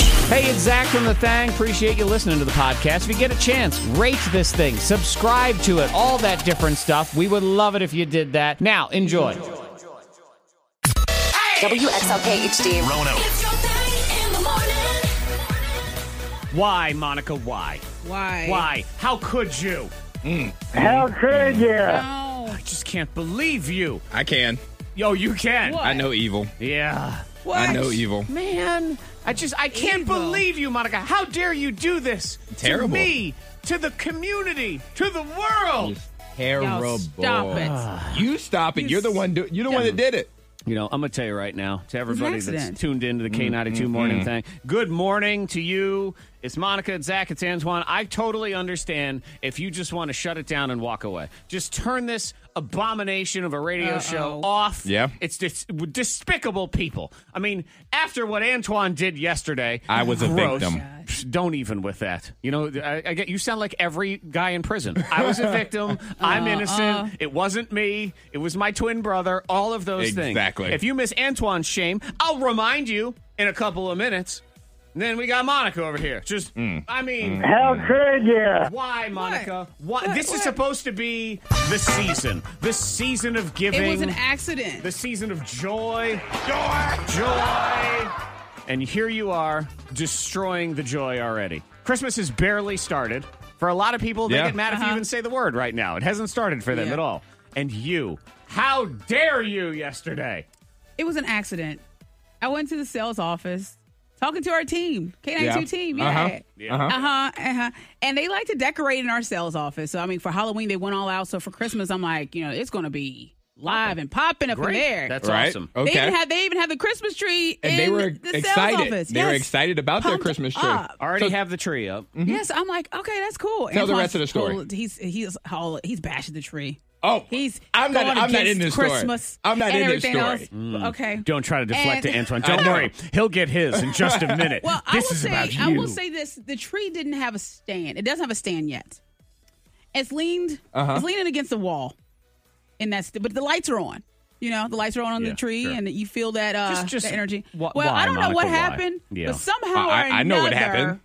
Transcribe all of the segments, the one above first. Hey, it's Zach from The Thang. Appreciate you listening to the podcast. If you get a chance, rate this thing, subscribe to it, all that different stuff. We would love it if you did that. Now, enjoy. WXLK HD. Rono. It's your thing in the morning. Why, Monica? Why? Why? Why? How could you? How could you? No. I just can't believe you. I can. Yo, you can. What? I know evil. Yeah. What? I know evil. Man, I just I can't Evil. believe you, Monica. How dare you do this Terrible. to me, to the community, to the world? Y'all Terrible. stop it. You stop it. You're the one. Do- you're the one that did it. You know, I'm gonna tell you right now to everybody that's accident. tuned into the K92 Mm-hmm. morning thing. Good morning to you. It's Monica, it's Zach, it's Antoine. I totally understand if you just want to shut it down and walk away. Just turn this abomination of a radio Uh-oh. show off. Yeah. it's dis- despicable people. I mean, after what Antoine did yesterday, I was a gross. victim. Psh, Don't even with that. You know, I, I get you sound like every guy in prison. I was a victim. Uh-uh. I'm innocent. It wasn't me. It was my twin brother. All of those things. Exactly. If you miss Antoine's shame, I'll remind you in a couple of minutes. And then we got Monica over here. Just, I mean, How could you? why, Monica? Why? What? This is What? supposed to be the season. The season of giving. It was an accident. the season of joy. Joy! Joy! And here you are, destroying the joy already. Christmas has barely started. For a lot of people, they Yeah. get mad if you even say the word right now. It hasn't started for them Uh-huh. Yeah. at all. And you, how dare you yesterday? it was an accident. I went to the sales office talking to our team, K92 Yeah. team. Uh-huh. Yeah. Uh huh. Uh huh. And they like to decorate in our sales office. So, I mean, for Halloween, they went all out. So, for Christmas, I'm like, you know, it's going to be live and popping up in there. That's right. awesome. they Okay. even had they even had the Christmas tree and in they were the excited. sales office. They were Yes. excited about their Pumped Christmas tree. up. Already So- Mm-hmm. have the tree up. Yes, I'm like, okay, that's cool. Tell the Antoine's rest of the story. total- he's he's all, he's bashing the tree. Oh, he's I'm not- going I'm not against in this story. Christmas. I'm not and in this everything story. else. Okay, Mm. Don't try to deflect And- to Antoine. I Don't know. worry. He'll get his in just a minute. Well, I will this is say, about you. I will say this: the tree didn't have a stand. It doesn't have a stand yet. It's leaned. Uh-huh. It's leaning against the wall, and that's. But the lights are on. You know, the lights are on on Yeah, the tree, sure. and you feel that uh, Just- just the energy. wh- well, why, I don't Monica, know what why? happened, Yeah. but somehow I- or I know what another, happened.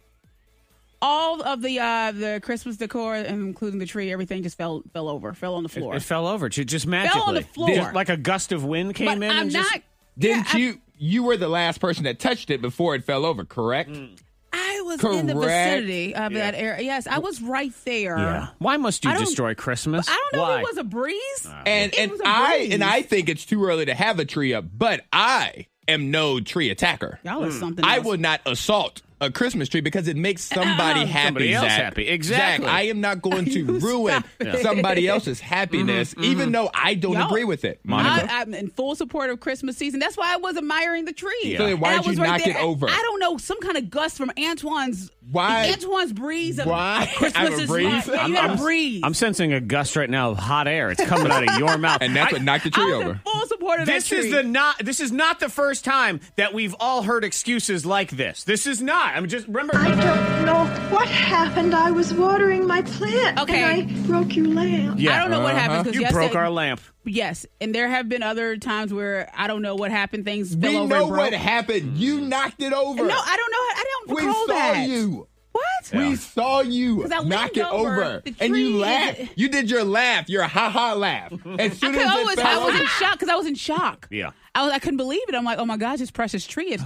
All of the uh, the Christmas decor, including the tree, everything just fell fell over, fell on the floor. It, it fell over ju- just magically. Fell on the floor. Just like a gust of wind came but in. I'm and just, not. Didn't yeah, you? You were the last person that touched it before it fell over. Correct. Mm. I, I was in the Correct. vicinity of that area. Yes, I was right there. Yeah. Why must you I don't- destroy Christmas? I don't know Why? if it was a breeze. And It and was a I breeze. and I think it's too early to have a tree up. But I am no tree attacker. Y'all is something. Hmm. I else. will not assault a Christmas tree because it makes somebody happy. Somebody else Zach. happy. Exactly. Zach, I am not going to You ruin stop it. somebody else's happiness, even though I don't Y'all- agree with it. I, I'm in full support of Christmas season. That's why I was admiring the tree. So then And why'd I was you knock it over? I don't know. Some kind of gust from Antoine's. Why- Antoine's breeze. Of Why? I Christmas have a is breeze? like- Yeah, I'm- you had a I'm- breeze. I'm sensing a gust right now of hot air. It's coming out of your mouth. and that's what knocked the I tree was in over. full support of this that tree. is the not this is not the first time that we've all heard excuses like this. This is not. I'm just remember I don't know what happened. I was watering my plant Okay. and I broke your lamp. Yeah. I don't know Uh-huh. what happened because you yes, broke they- our lamp. yes, and there have been other times where I don't know what happened. Things fell We over. know and broke. what happened. You knocked it No, I over. don't know. I don't we recall saw that. you. What? We saw you 'Cause I knock leaned it over, over, the and tree- you laughed. You did your laugh, your ha ha laugh. As soon as I it was, I fell was in over, shock because I was in shock. Yeah. I was. I couldn't believe it. I'm like, oh my gosh, this precious tree is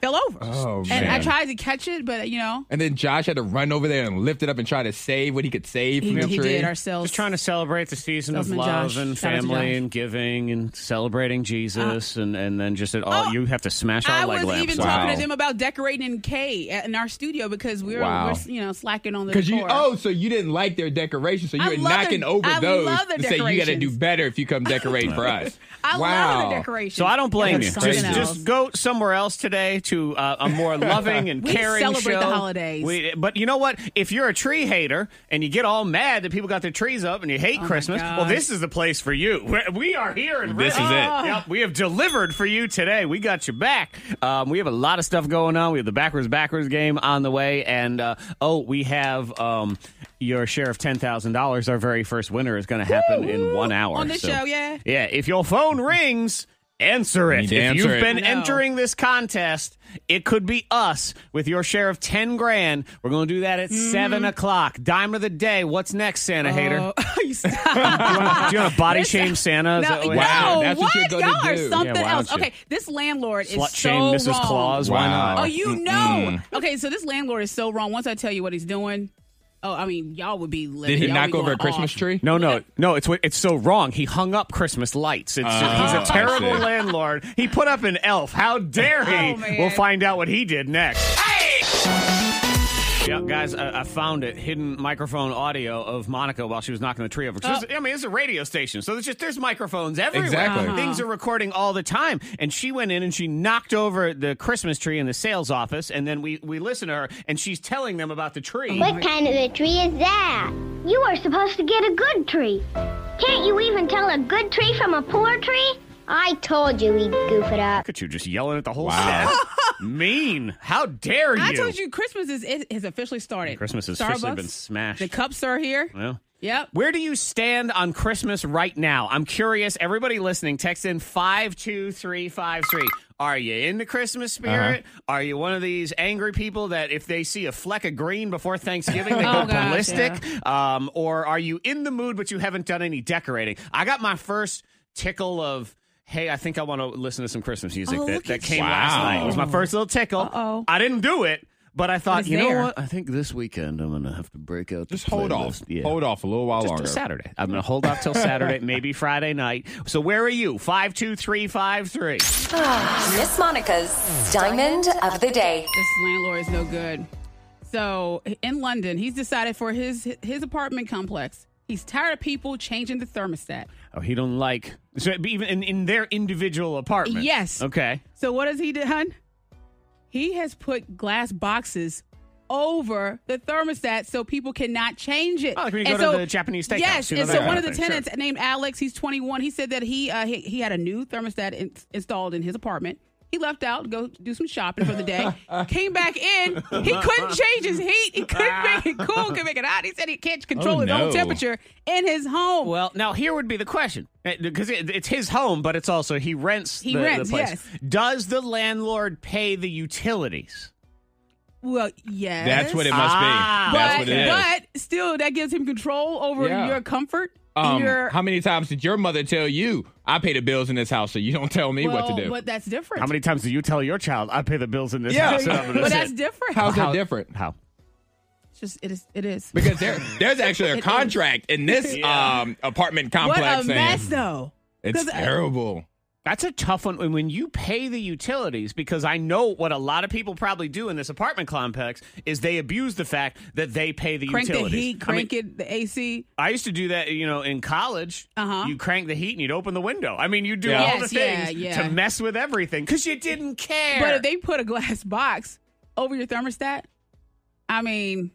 fell over. Oh, and man. I tried to catch it, but you know, and then Josh had to run over there and lift it up and try to save what he could save he, from the he tree. did ourselves. Just trying to celebrate the season of Salesman love Josh. and Shout out to family Josh. Uh, and giving and celebrating Jesus and, and then just at all Oh, you have to smash our I was leg lamps. even out. talking Wow. to them about decorating in K at- in our studio because we were, Wow. we're you know slacking on the Because you decor. oh, so you didn't like their decoration, so you I were love their- knocking over I those love their to say you got to do decorations." better if you come decorate for us. I wow. love the decoration. So I don't blame you. Something Just, else. just go somewhere else today to uh, a more loving and We caring celebrate show. the holidays. We, but you know what? If you're a tree hater and you get all mad that people got their trees up and you Oh hate Christmas, gosh. well, this is the place for you. We're- We are here and This ready. is it. Yep, we have delivered for you today. We got your back. Um, we have a lot of stuff going on. We have the backwards backwards game on the way, and uh, oh, we have. Um, your share of ten thousand dollars, our very first winner, is going to happen in Woo-hoo. one hour On this show, yeah. yeah, if your phone rings Answer it. need If to answer you've it. been I know. entering this contest, it could be us with your share of 10 grand. We're going to do that at Hmm. 7 o'clock. Dime of the day. What's next, Santa hater? you stop. Do you wanna- do you want to body shame Santa? Is No, that what- Wow, no, that's what what? you're gonna Y'all are do. something Yeah, wow, else. shit. Okay, this landlord is Slut so shame Mrs. wrong. Claus. Why Wow. not? Oh, you know. Okay, so this landlord is so wrong. Once I tell you what he's doing, oh, I mean, y'all would be. Did livid. he Y'all knock be over a going Christmas off. tree? No, no, no! It's it's so wrong. He hung up Christmas lights. It's, he's a Oh, I terrible see. landlord. He put up an elf. How dare he? Oh, man. we'll find out what he did next. Yeah, guys, I, I found it. Hidden microphone audio of Monica while she was knocking the tree over. 'Cause this- I mean, it's a radio station, so there's just there's microphones everywhere. Oh. Exactly. Uh-huh. Things are recording all the time. And she went in and she knocked over the Christmas tree in the sales office, and then we we listen to her, and she's telling them about the tree. What kind of a tree is that? You are supposed to get a good tree. Can't you even tell a good tree from a poor tree? I told you we'd goof it up. Look at you just yelling at the whole Wow. staff. mean. How dare you? I told you Christmas is it has officially started. Christmas has Starbucks, officially been smashed. The cups are here. Well, Yep. Where do you stand on Christmas right now? I'm curious. Everybody listening, text in 52353. Are you in the Christmas Uh-huh. spirit? Are you one of these angry people that if they see a fleck of green before Thanksgiving, they Oh, go gosh, ballistic? Um, or are you in the mood, but you haven't done any decorating? I got my first tickle of. Hey, I think I want to listen to some Christmas music Oh, that, look that at came you. last night. It was my first little tickle. Uh-oh. I didn't do it, but I thought, it's you know there. what? I think this weekend I'm going to have to break out the Just hold off. playlist. Yeah. Hold off a little while Just till longer. Saturday. I'm going to hold off till Saturday, maybe Friday night. So where are you? 52353. Miss Monica's Diamond of the Day. This landlord is no good. So in London, he's decided for his his apartment complex. He's tired of people changing the thermostat. Oh, he don't like. So it'd be even in, in their individual apartment. Yes. Okay. So what has he done? He has put glass boxes over the thermostat so people cannot change it. Oh, like when you And go to the Japanese steakhouse, Yes, you know, and that so kind one of of the thing, tenants named Alex, he's 21. He said that he uh, he, he had a new thermostat in, installed in his apartment. He left out, go do some shopping for the day. Came back in. He couldn't change his heat. He couldn't make it cool. Couldn't make it hot. He said he can't control Oh, his no. own temperature in his home. Well, now here would be the question because it's his home, but it's also he rents. He the, rents, The place. yes. Does the landlord pay the utilities? well yes. That's what it must Ah. be. That's but, what it is. but still, that gives him control over Yeah. your comfort. Um, your, how many times did your mother tell you, I pay the bills in this house, so you don't tell me what to Well, do? But that's different. How many times do you tell your child, "I pay the bills in this Yeah. house"? and I'm gonna but sit"? that's different. How's that different? How? It's just it is. It is. Because there, there's actually a contract in this um, apartment What complex. a saying- mess, though. It's 'Cause, uh, terrible. That's a tough one. And When you pay the utilities, because I know what a lot of people probably do in this apartment complex is they abuse the fact that they pay the Crank utilities. the heat. I, mean, Crank it. The AC. I used to do that, you know, in college. Uh-huh. You crank the heat and you'd open the window. I mean, you do Yeah. all Yes, the things yeah, yeah. to mess with everything because you didn't care. But if they put a glass box over your thermostat, I mean,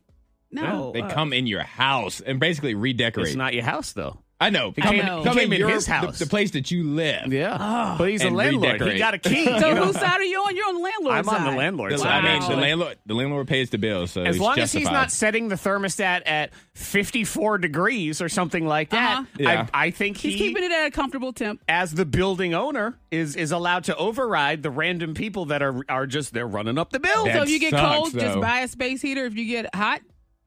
no. They uh, come in your house and basically redecorate. it's not your house, though. I know. He Come, came- he come came in your- his house. The, the place that you live. Yeah. but he's a And landlord. He redecorate. got a key. So you know? whose side are you on? You're on the landlord's I'm side. on the landlord's The, side. I mean, the Wow. landlord, the landlord pays the bills, so as it's long as he's justified. not setting the thermostat at 54 degrees or something like that, Uh-huh. Yeah. I, I think He's he, keeping it at a comfortable temp. as the building owner, is is allowed to override the random people that are are just they're running up the bill. That so if you get sucks, cold, just though. buy a space heater. If you get hot,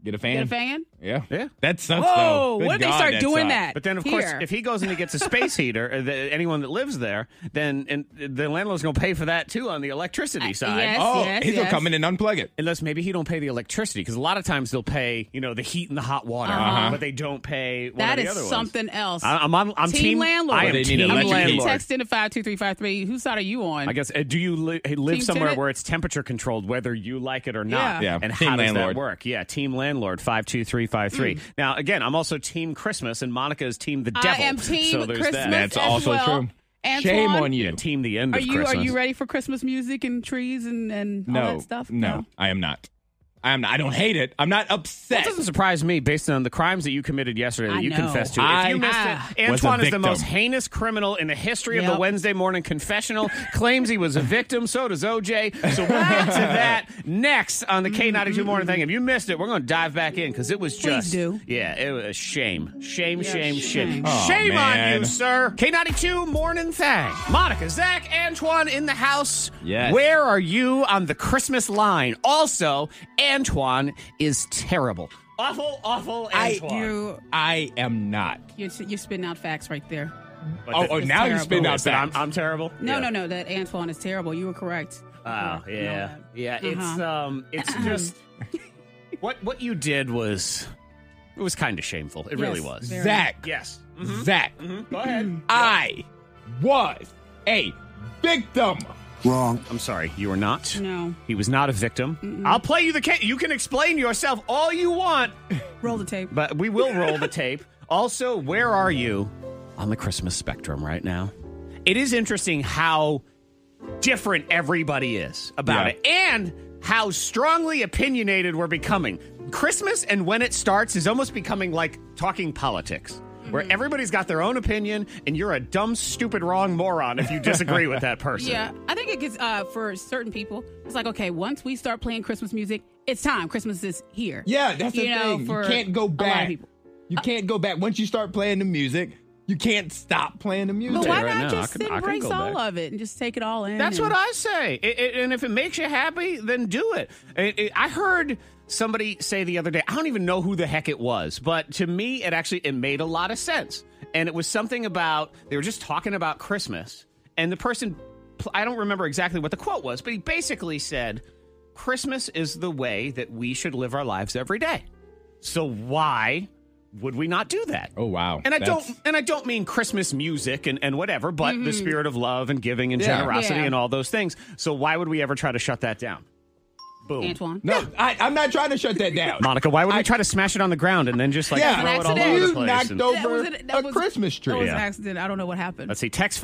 get a fan. get a fan. Yeah, Yeah. That sucks. Whoa! though. Good What if they God, start that doing sucks. that? But then, of course, Here. if he goes and he gets a space heater, or the, anyone that lives there, then and the landlord's going to pay for that too on the electricity side. Uh, yes. Oh, he's gonna come in and unplug it. Unless maybe he don't pay the electricity because a lot of times they'll pay you know the heat and the hot water, but they don't pay one Uh-huh. That of the is other ones. something else. I- I'm on. I'm team, landlord. I am They need team electric heat. landlord. Text into five two three five three. Whose side are you on? I guess. Uh, do you li- hey, live Team somewhere tenant? where it's temperature controlled, whether you like it or not? Yeah. Yeah. And Team how does landlord. that work? Yeah. Team landlord five two three five three. Now again, I'm also team Christmas, and Monica is team the devil. Mm. I am team so there's Christmas. That. That's as also well. true. Antoine, Shame on Yeah, you. team the end Are of you Christmas. are you ready for Christmas music and trees and and all No, that stuff? no, I am not. I am. Not, I don't hate it. I'm not It upset. doesn't surprise me based on the crimes that you committed yesterday that I you know. confessed to. I if you missed it, was a Antoine is the victim. most heinous criminal in the history of the Yep. Wednesday morning confessional. Claims he was a victim. So does OJ. So we'll get to that next on the K92 morning thing. If you missed it, we're going to dive back in because it was just. Mm-hmm. do. Yeah, it was shame. Shame, shame, shame. shame. Shame, Aw, on you, man. sir. K92 morning thing. Monica, Zach, Antoine in the house. Yes. Where where are you on the Christmas line? Also, Antoine is terrible. Awful, awful I- Antoine. You, I am not. you're, you're spitting out facts right there. But Oh, the- oh it's now you terrible. spin terrible. out Is that I'm, facts. I'm terrible. No, Yeah. no, no. That Antoine is terrible. You were correct. Oh, You were- yeah, no, yeah. It's Uh-huh. um, it's just what what you did was it was kind of shameful. It really Yes, was. very. Mm-hmm. Zach. Yes. Mm-hmm. Zach. Go ahead. I was a victim. I'm sorry. You were not. No. He was not a victim. I'll play you the case. You can explain yourself all you want, Roll the tape. but we will roll the tape. Also, where are you on the Christmas spectrum right now? It is interesting how different everybody is about Yeah. it and how strongly opinionated we're becoming. Christmas and when it starts is almost becoming like talking politics. Where Mm-hmm. everybody's got their own opinion, and you're a dumb, stupid, wrong moron if you disagree with that person. Yeah, I think it gets uh, for certain people. It's like okay, once we start playing Christmas music, it's time. Christmas is here. Yeah, that's You the know, thing. for you can't go A lot back. of people. You can't go back. Once you start playing the music, you can't stop playing the music. But why right not now, I just can- sit I and can brace go all back. of it and just take it all in? That's and- what I say. It, it- and if it makes you happy, then do it. It- it- I heard somebody say the other day. I don't even know who the heck it was, but to me, it actually it made a lot of sense. And it was something about they were just talking about Christmas, and the person pl- I don't remember exactly what the quote was, but he basically said, "Christmas is the way that we should live our lives every day. So why would we not do that?" Oh, wow. And I That's- don't and I don't mean Christmas music and, and whatever, but the spirit of love and giving and Mm-hmm. Yeah. generosity Yeah. and all those things. So why would we ever try to shut that down? Boom. Antoine. No, I, I'm not trying to shut that down. Monica, why would we I- try to smash it on the ground and then just like Yeah. throw it all Accident. over the You place? knocked and- over- That was an- that a was- Christmas tree. That was an Yeah. accident. I don't know what happened. Let's see. Text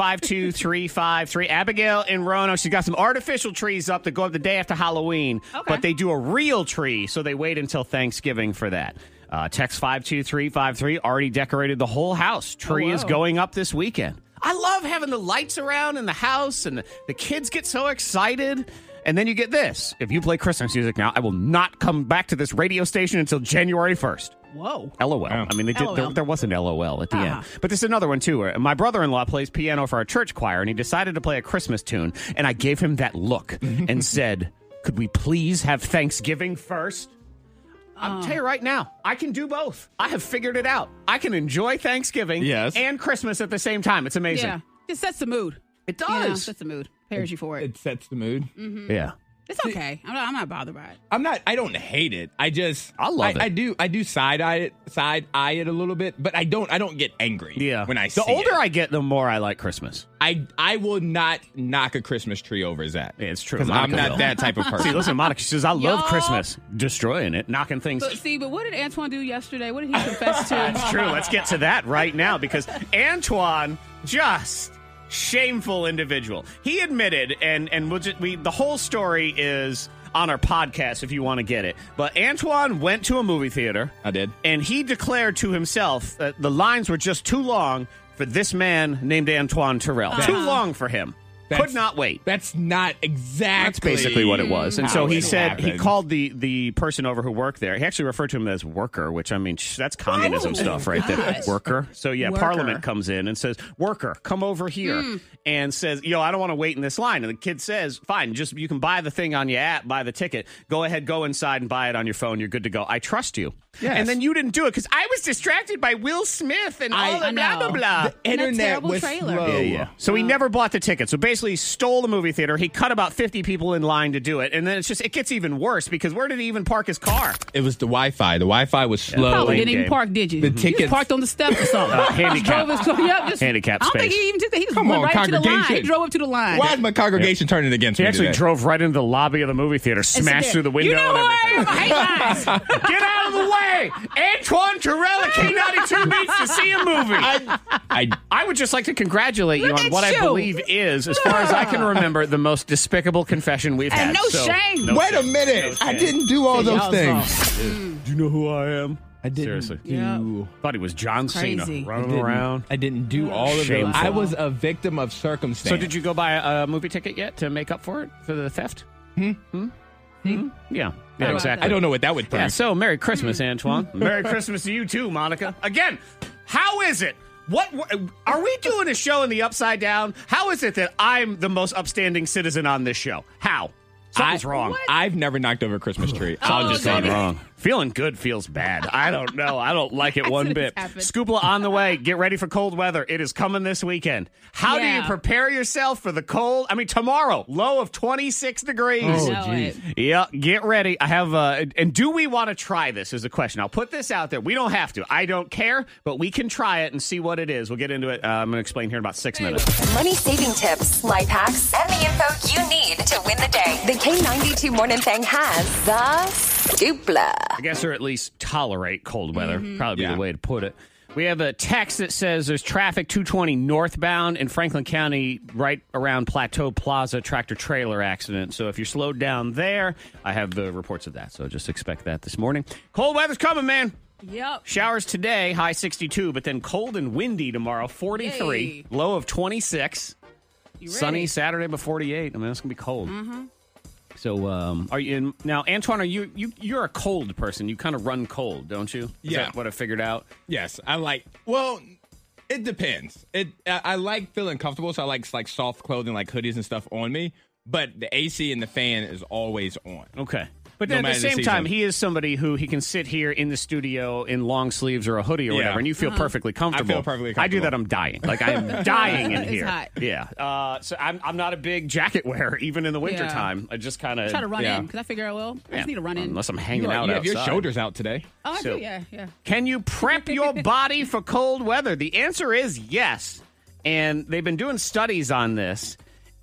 52353. Abigail in Roanoke. She's got some artificial trees up that go up the day after Halloween, Okay. but they do a real tree, so they wait until Thanksgiving for that. Uh, text 52353. Already decorated the whole house. Tree is whoa. going up this weekend. I love having the lights around in the house, and the, the kids get so excited. And then you get this. If you play Christmas music now, I will not come back to this radio station until January 1st. Whoa. LOL. Oh. I mean, they did, there, LOL. there was an LOL at the Uh-huh. end. But this is another one, too. Where my brother in law plays piano for our church choir, and he decided to play a Christmas tune. And I gave him that look and said, Could we please have Thanksgiving first? Oh. I'll tell you right now, I can do both. I have figured it out. I can enjoy Thanksgiving Yes. and Christmas at the same time. It's amazing. Yeah. Just sets the mood. It Yeah, does. sets the mood. Prepares you for it. It sets the mood. yeah. It's okay. I'm not, I'm not bothered by it. I'm not. I don't hate it. I just. I love it. I do. I do side eye it, side eye it a little bit, but I don't. I don't get angry. Yeah. When I the see older it. I get, the more I like Christmas. I, I will not knock a Christmas tree over, Zach. Yeah, it's true. Because I'm Monica not will. that type of See, person. listen, Monica she says, I love Y'all- Christmas. Destroying it, knocking things But see, but what did Antoine do yesterday? What did he confess to? That's true. Let's get to that right now because Antoine just shameful individual. He admitted, and and we'll just, we the whole story is on our podcast if you want to get it. But Antoine went to a movie theater. I did. and he declared to himself that the lines were just too long for this man named Antoine Terrell. Too long for him. Could That's- not wait. That's not exactly. That's basically what it was. And how so he it said he happened. called the the person over who worked there. He actually referred to him as worker, which I mean sh- that's Oh communism stuff right there. gosh. Worker. So yeah, Worker. Parliament comes in and says, "Worker, come over here," Hmm. and says, "Yo, I don't want to wait in this line." And the kid says, "Fine, just you can buy the thing on your app, buy the ticket. Go ahead, go inside and buy it on your phone. You're good to go. I trust you." Yes. And then you didn't do it because I was distracted by Will Smith and I- all the I blah blah know. blah. The And that internet terrible was trailer. slow. Yeah, yeah. So he never bought the ticket. So basically, he stole the movie theater. He cut about fifty people in line to do it, and then it's just it gets even worse because where did he even park his car? It was the Wi-Fi. The Wi-Fi was slow. Probably Lame didn't game. even park, did you? The You tickets- just parked on the steps or something. Uh, handicap. Drove his car- yep, just- Handicap I don't think space. he even took that. He just Come went on, right to the line. congregation. He drove up to the line. Why is my congregation turning against He me? actually today? drove right into the lobby of the movie theater, And sit smashed there. through the window. You know and who I everything. am? I hate lines. Get out of the way! Antoine Terrell at K92 needs to see a movie. I, I would just like to congratulate you Look on at what I you. believe is, as Look far as I can remember, the most despicable confession we've And had. no so- shame. Wait a minute. I didn't do all those Y'all's things. fault. Do you know who I am? I didn't Seriously. do. Thought he was John Crazy. Cena running didn't- around. I didn't do all of those. Shameful. I was a victim of circumstance. So did you go buy a, a movie ticket yet to make up for it for the theft? Hmm. Hmm. Yeah. Yeah. Exactly. I don't know what that would prove. Yeah. So Merry Christmas, Antoine. Merry Christmas to you too, Monica. Again, how is it? What w- are we doing a show in the upside down? How is it that I'm the most upstanding citizen on this show? How? Something's wrong. Oh, I've never knocked over a Christmas tree. Oh, I'll just say Something that. wrong. Feeling good feels bad. I don't know. I don't like it one what bit. happened. Scoopla on the way. Get ready for cold weather. It is coming this weekend. How do Yeah. you prepare yourself for the cold? I mean, tomorrow, low of 26 degrees. Oh, Know it. geez. Yeah, get ready. I have, uh, and do we want to try this? Is the question. I'll put this out there. We don't have to. I don't care, but we can try it and see what it is. We'll get into it. Uh, I'm going to explain here in about six minutes. Money saving tips, life hacks, and the info you need to win the day. The K92 Morning Thing has the scoopla. I guess, or at least tolerate cold weather. Probably Yeah. the way to put it. We have a text that says there's traffic 220 northbound in Franklin County, right around Plateau Plaza tractor trailer accident. So if you're slowed down there, I have the reports of that. So just expect that this morning. Cold weather's coming, man. Yep. Showers today, high 62, but then cold and windy tomorrow, 43, low of 26. You Sunny ready? Mm-hmm. Saturday, but 48. I mean, it's gonna be cold. So, um, are you in, now, Antoine? Are you you you're a cold person? You kind of run cold, don't you? Is Yeah. that what I figured out. Yes, I like. Well, it depends. It I, I like feeling comfortable, so I like like soft clothing, like hoodies and stuff on me. But the AC and the fan is always on. Okay. But No then at matter the the same time, season. he is somebody who he can sit here in the studio in long sleeves or a hoodie or Yeah. whatever, and you feel perfectly comfortable. perfectly I do comfortable. that. I'm dying. Like I'm dying in Uh-huh. It's here. hot. Yeah. Uh, so I'm I'm not a big jacket wearer even in the wintertime. I just kind of Try to run Yeah. in because I figure I will. I Yeah, just need to run in. Unless I'm You, hanging are- out you have outside. your shoulders out today. oh, I so- do. Yeah, yeah. Can you prep your body for cold weather? The answer is yes. And they've been doing studies on this.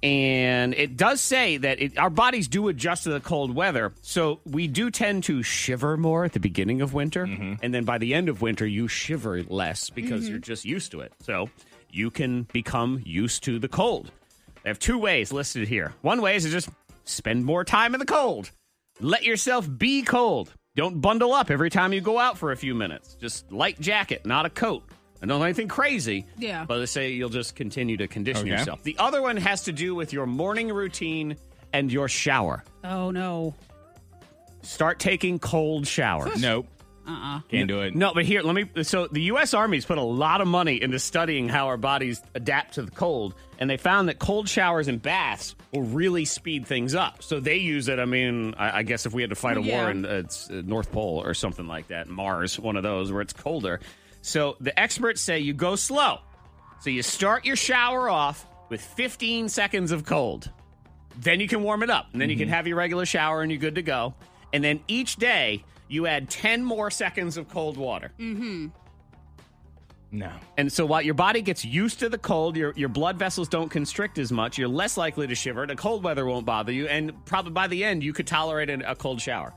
And it does say that it, our bodies do adjust to the cold weather. So we do tend to shiver more at the beginning of winter. And then by the end of winter, you shiver less because you're just used to it. So you can become used to the cold. They have two ways listed here. One way is to just spend more time in the cold. Let yourself be cold. Don't bundle up every time you go out for a few minutes. Just light jacket, not a coat. I don't know anything crazy. Yeah. But they say you'll just continue to condition Okay. yourself. The other one has to do with your morning routine and your shower. Oh no. Start taking cold showers. Nope. Uh uh Can't do it. No, but here, let me. So the U.S. Army's put a lot of money into studying how our bodies adapt to the cold, and they found that cold showers and baths will really speed things up. So they use it. I mean, I, I guess if we had to fight a Yeah. war in uh, it's, uh, North Pole or something like that, Mars, one of those where it's colder. So the experts say you go slow. So you start your shower off with 15 seconds of cold. Then you can warm it up, and then you can have your regular shower, and you're good to go. And then each day you add 10 more seconds of cold water. No. And so while your body gets used to the cold, your, your blood vessels don't constrict as much. You're less likely to shiver. The cold weather won't bother you. And probably by the end, you could tolerate an, a cold shower.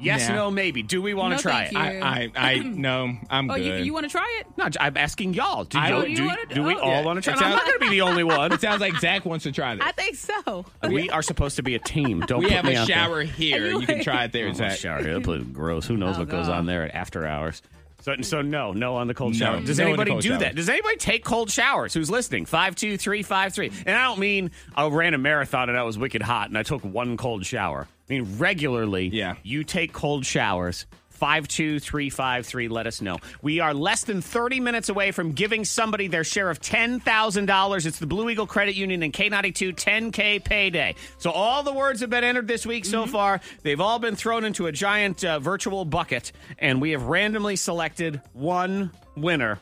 Yes, Nah. no, maybe. Do we want to No, try thank it? you. I I, I no. I'm Oh, good. you, you want to try it? No, I'm asking y'all. Do, I y'all- don't- do, You wanna- do we oh. all want to try it? I'm not going to be the only one. it sounds like Zach wants to Oh, try this. I think so. we are supposed to be a team. Don't we put have me a out there. shower here. You can try it there, Cold Zach. shower. That place is gross. Who knows Oh, what goes God. on there at after hours? So, so no, no on the cold No, shower. Does no on the anybody cold do shower. that? Does anybody take cold showers? Who's listening? Five two three five three. And I don't mean I ran a marathon and I was wicked hot and I took one cold shower. I mean regularly. Yeah. You take cold showers. Five two three five three. Let us know. We are less than thirty minutes away from giving somebody their share of ten thousand dollars. It's the Blue Eagle Credit Union and K 92 10 K payday. So all the words have been entered this week so far. They've all been thrown into a giant uh, virtual bucket, and we have randomly selected one winner.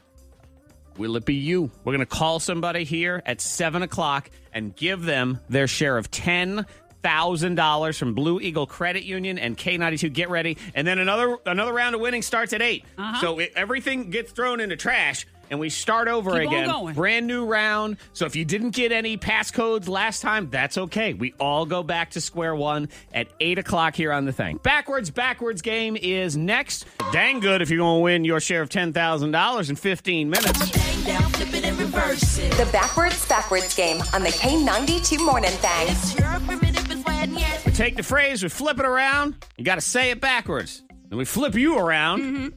Will it be you? We're going to call somebody here at 7 o'clock and give them their share of $10,000 from Blue Eagle Credit Union and K92 Get Uh-huh. Ready. And then another another round of winning starts at 8. So it, everything gets thrown into trash. and we start over Keep on again. going. Brand new round. So if you didn't get any passcodes last time, that's okay. We all go back to square one at eight o'clock here on the thing. Backwards, backwards game is next. Dang good if you're going to win your share of ten thousand dollars in fifteen minutes. Bang down, flip it and reverse it. The backwards, backwards game on the K92 Morning Thing. It's your primitive is wet, yes. We take the phrase, we flip it around. You got to say it backwards. Then we flip you around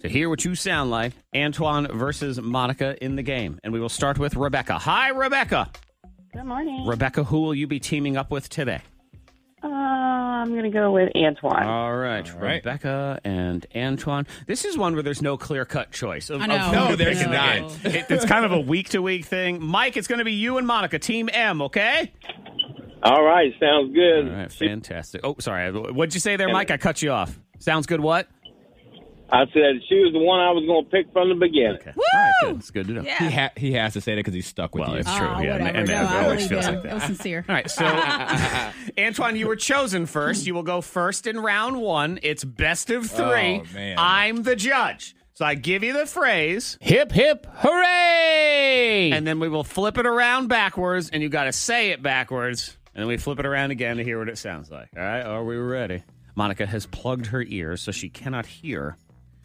to hear what you sound like. Antoine versus Monica in the game, and we will start with Rebecca. Hi, Rebecca. Good morning. Rebecca, who will you be teaming up with today? Uh, I'm going to go with Antoine. All right, right. Rebecca and Antoine. This is one where there's no clear cut choice. Of, I know. of who No, to there's pick in the not. game. It- it's kind of a week to week thing. Mike, it's going to be you and Monica, Team M. Okay. All right, sounds good. All right, fantastic. Oh, sorry. What'd you say there, Mike? I cut you off. Sounds good. What? I said she was the one I was going to pick from the beginning. Okay. All right, good. It's good to know. He, Yeah. ha- he has to say that because he's stuck with Well, you. it's Oh, true. yeah, and- whatever. and No, it I believe always feels him. like that. It was sincere. All right, so Antoine, you were chosen first. You will go first in round one. It's best of three. Oh, man. I'm the judge. So I give you the phrase, Hip, hip, hooray! and then we will flip it around backwards, and you got to say it backwards, and then we flip it around again to hear what it sounds like. All right, are we ready? Monica has plugged her ears so she cannot hear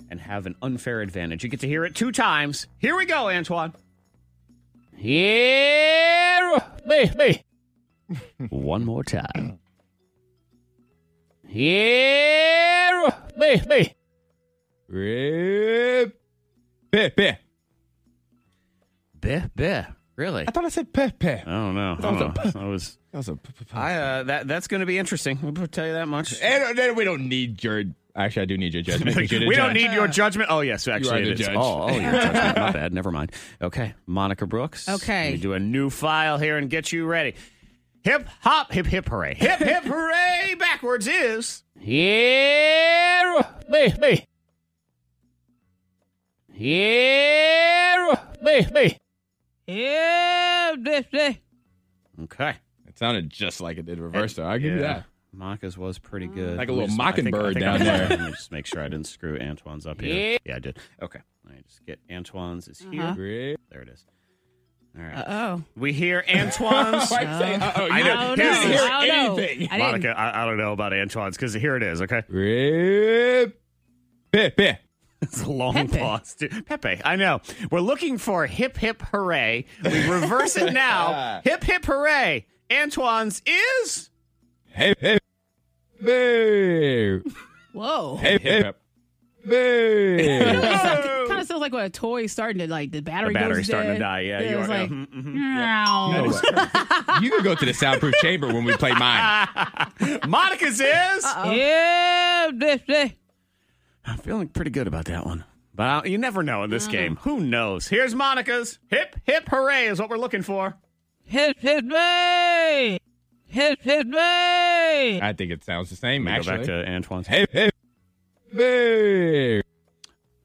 and have an unfair advantage. You get to hear it two times. Here we go, Antoine. yeah, me, me. One more time. Yeah, me, me. Rip. Pepe. Beh, beh. Really? I thought I said Pepe. I don't know. I was don't a- know. I was. That was a. p- p- p- Uh, I uh, that that's going to be interesting. I'll tell you that much. And, and we don't need your. Actually, I do need your judgment. 'cause you're the we don't judge. need your judgment. Oh yes, actually, are the it is. judge. Oh, oh, your judgment. My bad. Never mind. Okay, Monica Brooks. Okay. let me do a new file here and get you ready. Hip hop, hip hip hooray, hip hip hooray. Backwards is Yeah, me, me. Yeah, me, me. Yeah, bleh, bleh. okay. It sounded just like it did reverse, though. I'll give you that. Monica's was pretty Mm. good. Like a Let me little I think- mockingbird I think down I'm- there. Let me just make sure I didn't screw Antoine's up here. Yeah. I did. Okay, let me just get Antoine's is here. Rip. There it is. All right. Uh-huh. Uh-oh. We hear Antoine's. Why'd you say, uh-oh, you I didn't- know. Oh, no. you didn't hear Oh, no. anything. I didn't. Monica, I, I don't know about Antoine's because here it is, okay? Rip. Pepe. It's a long Pepe. pause. Dude. Pepe, I know. We're looking for hip hip hooray. We reverse it Uh-huh. now. hip hip hooray. Antoine's is Hey, hey. Boo. Whoa. Hey, hey. Boo. kind of sounds like when a toy starting to like the the battery. battery goes starting dead. to die. Yeah, it you was are. like, mhm, mhm. meow. you can go to the soundproof chamber when we play mine. Monica's is. Oh. Yeah, bleh, bleh. I'm feeling pretty good about that one. But I, you never know in this game. Who knows? Here's Monica's. Hip hip hooray is what we're looking for. hit hit me, hit hit me. I think it sounds the same, Let me actually. Go back to Antoine's. hey, hey. Boo.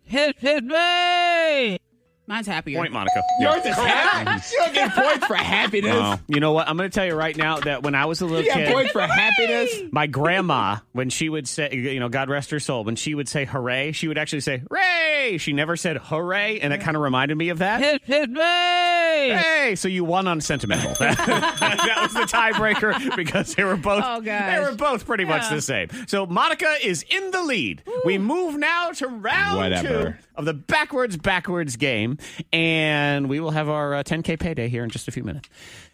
Hit hit me. Mine's happier. Point, Monica. Yeah. Yours is happy. You don't get points for happiness. No. You know what? I'm going to tell you right now that when I was a little You get kid, points for happiness. my grandma, when she would say, you know, God rest her soul, when she would say hooray, she would actually say hooray. She never said hooray, and it kind of reminded me of that. Hit hit me. Hey, so you won on sentimental. that, that was the tiebreaker because they were both Oh, gosh. they were both pretty much the same. So Monica is in the lead. We move now to round Whatever. two of the backwards backwards game, and we will have our uh, 10k payday here in just a few minutes.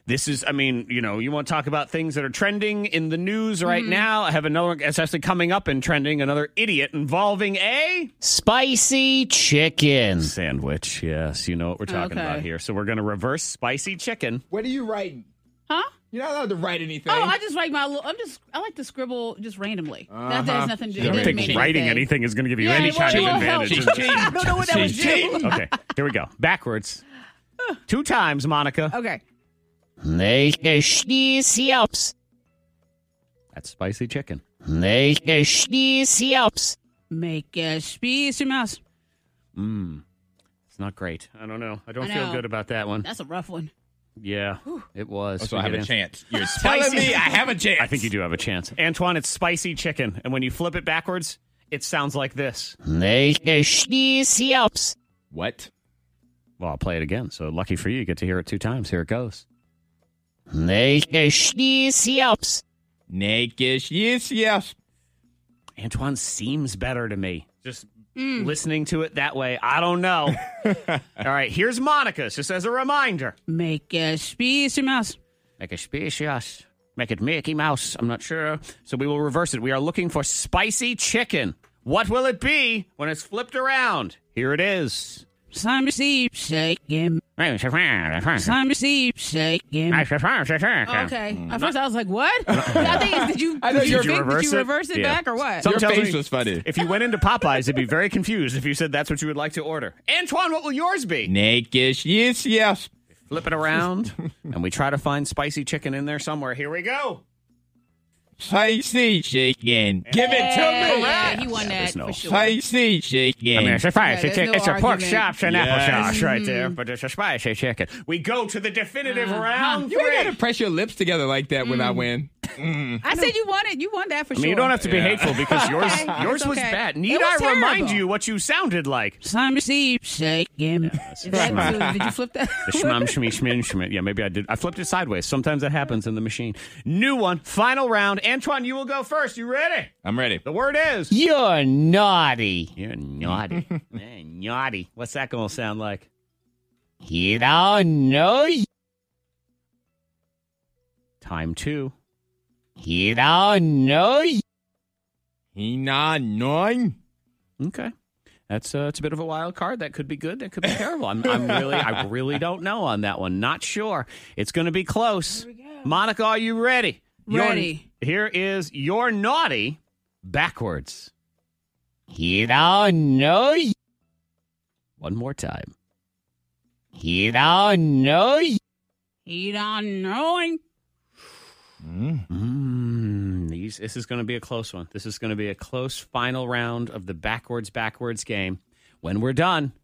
This is, I mean, you know, you want to talk about things that are trending in the news Mm-hmm. right now. I have another one that's actually coming up in trending. Another idiot involving a spicy chicken sandwich. Yes, you know what we're talking Okay. about here. So we're going to reverse spicy chicken. What are you writing? Huh? You're not allowed to write anything. Oh, I just write my. Little, I'm just. I like to scribble just randomly. That, that has nothing to do. it I Uh-huh. don't doesn't think mean writing anything is going to give you Yeah, any it kind of won't help. advantage. I don't know what that was. Do. okay, here we go. Backwards. Two times, Monica. Okay. That's spicy chicken. Make a speech your mouse. It's not great. I don't know. I don't I feel know. good about that one. That's a rough one. Yeah, it was. So I have a Forget it. chance. You're Spicy. telling me I have a chance. I think you do have a chance. Antoine, it's spicy chicken. And when you flip it backwards, it sounds like this. What? Well, I'll play it again. So lucky for you, you get to hear it two times. Here it goes. Naked yes yes. Antoine seems better to me. Just Mm. listening to it that way. I don't know. All right, here's Monica's just as a reminder. Make a speech, mouse. Make a specious. Make it Mickey Mouse. I'm not sure. So we will reverse it. We are looking for spicy chicken. What will it be when it's flipped around? Here it is. Some sheep shake him. Okay. Some sheep shake him. Oh, Okay. Mm. At first, I was like, "What?" I think it's, did you I know did you, you're- think- Did did you reverse you it? reverse it, Yeah. back or what? Some- Your tells face me- was funny. If you went into Popeyes, they'd be very confused if you said that's what you would like to order. Antoine, what will yours be? Naked yes yes. Flip it around, and we try to find spicy chicken in there somewhere. Here we go. Spicy chicken. Give it to yeah, me. yeah, he won There's that no- for sure. Spicy chicken. I mean, it's a spicy there's chicken. no it's a pork argument. Mm-hmm. chops and Yes. applesauce right there, but it's a spicy chicken. We go to the definitive Uh-huh. round you ain't three. gotta press your lips together like that when I win. I said you won it. You won that for I mean, sure. you don't have to be hateful because yours Okay, yours it's was okay. bad. It Need was I remind terrible. you what you sounded like? Some sheep shake him. Is that- so did you flip that? The shmum shmi shmin shmin. Yeah, maybe I did. I flipped it sideways. Sometimes that happens in the machine. New one, final round. Antoine, you will go first. You ready? I'm ready. The word is. You're naughty. You're naughty. Man, naughty. What's that going to sound like? You don't know. Time two. You don't know. He not knowing. Okay. That's uh, it's a bit of a wild card. That could be good. That could be terrible. I'm, I'm really, I really don't know on that one. Not sure. It's going to be close. Monica, are you ready? Your- Ready. here is your naughty backwards. You don't know. One more time. You don't know. He don't know him. Mm, these, this is going to be a close one. This is going to be a close final round of the backwards, backwards game. When we're done,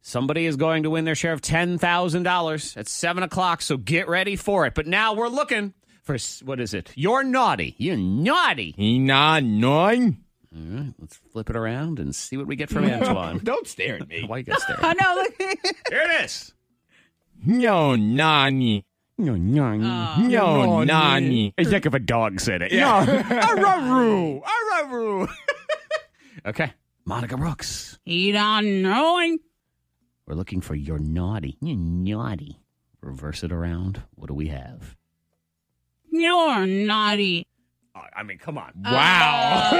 somebody is going to win their share of $10,000 at 7 o'clock, so get ready for it. But now we're looking for s- what is it? You're naughty. You're naughty. He not knowing. All right, let's flip it around and see what we get from Antoine. Don't stare at me. Why you guys I there? know. Look. Here it is. No, nani. No, nani. It's like if a dog said it. Araru. Okay. Monica Brooks. He don't know him. We're looking for your naughty. You naughty. Reverse it around. What do we have? You're naughty. I mean, come on. Oh. Wow.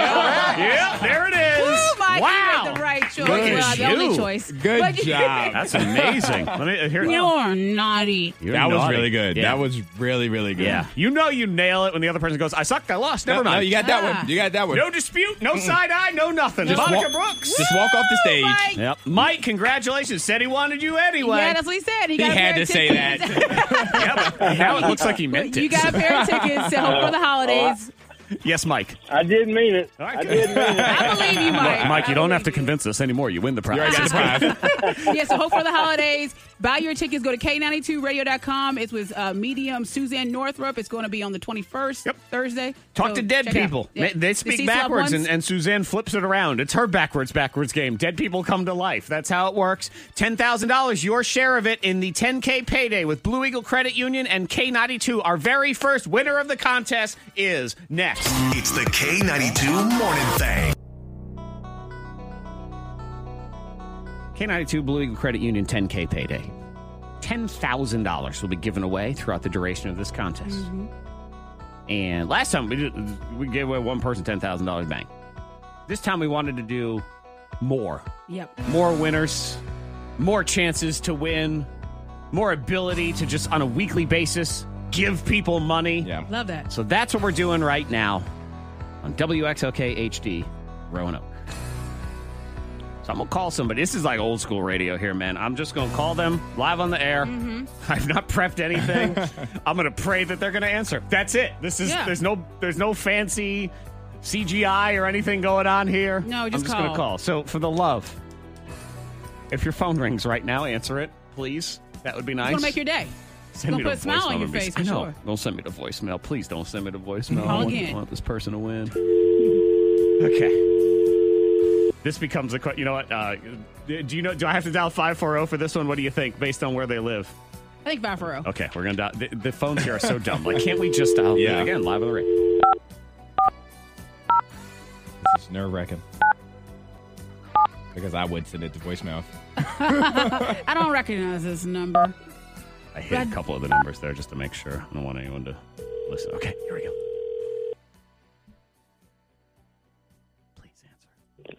yep, there it is. Oh my! wow. You made the right choice. Look well, at the only you. choice. Good But you- job. That's amazing. Let me uh, here. You're naughty. You're that was naughty. really good. Yeah. That was really, really good. Yeah. You know you nail it when the other person goes, I sucked, I lost, No, never no, mind. you got that one. You got that one. No dispute, no side eye, no nothing. Just Monica walk- Brooks. Just walk off the Oh stage. Mike. Yep. Mike, congratulations. Said he wanted you anyway. Yeah, that's what he said. He, He got a pair had to of say tickets. that. Yeah, but now it looks like he meant it. you got a pair of tickets to hope for the holidays. yes, Mike. I didn't mean it. All right, I good. didn't mean it. I believe you, Mike. Mike, I you don't have to believe convince us anymore. You win the prize. you already got the prize. you. Yeah, so hope for the holidays. Buy your tickets. Go to K92radio.com. It's with uh, medium Suzanne Northrup. It's going to be on the 21st, Yep. Thursday. Talk So to dead check it out. people. Yeah. They- They The speak sea slab backwards, ones. and, and Suzanne flips it around. It's her backwards, backwards game. Dead people come to life. That's how it works. $10,000, your share of it in the 10K payday with Blue Eagle Credit Union and K92. Our very first winner of the contest is next. It's the K92 Morning Thing. K92 Blue Eagle Credit Union 10K payday. $10,000 will be given away throughout the duration of this contest. And last time we, did, we gave away one person $10,000 bang. This time we wanted to do more. Yep. more winners, more chances to win, more ability to just on a weekly basis give people money. Yeah. Love that. So that's what we're doing right now on WXLK HD Roanoke. So I'm gonna call somebody. This is like old school radio here, man. I'm just gonna call them live on the air. Mm-hmm. I've not prepped anything. I'm gonna pray that they're gonna answer. That's it. This is Yeah. there's no there's no fancy CGI or anything going on here. No, just I'm just gonna call. call. So for the love, if your phone rings right now, answer it, please. That would be nice. It's going to make your day. Send Gonna me the put a smile on voicemail your face message. for I know. sure. Don't send me the voicemail. Please don't send me the voicemail. Call I want, again. want this person to win. Okay. This becomes a question. You know what? Uh, do you know? Do I have to dial five four zero for this one? What do you think, based on where they live? I think five for oh. Okay, we're gonna dial. The, the phones here are so dumb. Like, can't we just dial? Yeah. Again, live on the radio. It's nerve wracking. Because I would send it to voicemail. I don't recognize this number. I hit a couple of the numbers there just to make sure. I don't want anyone to listen. Okay, here we go.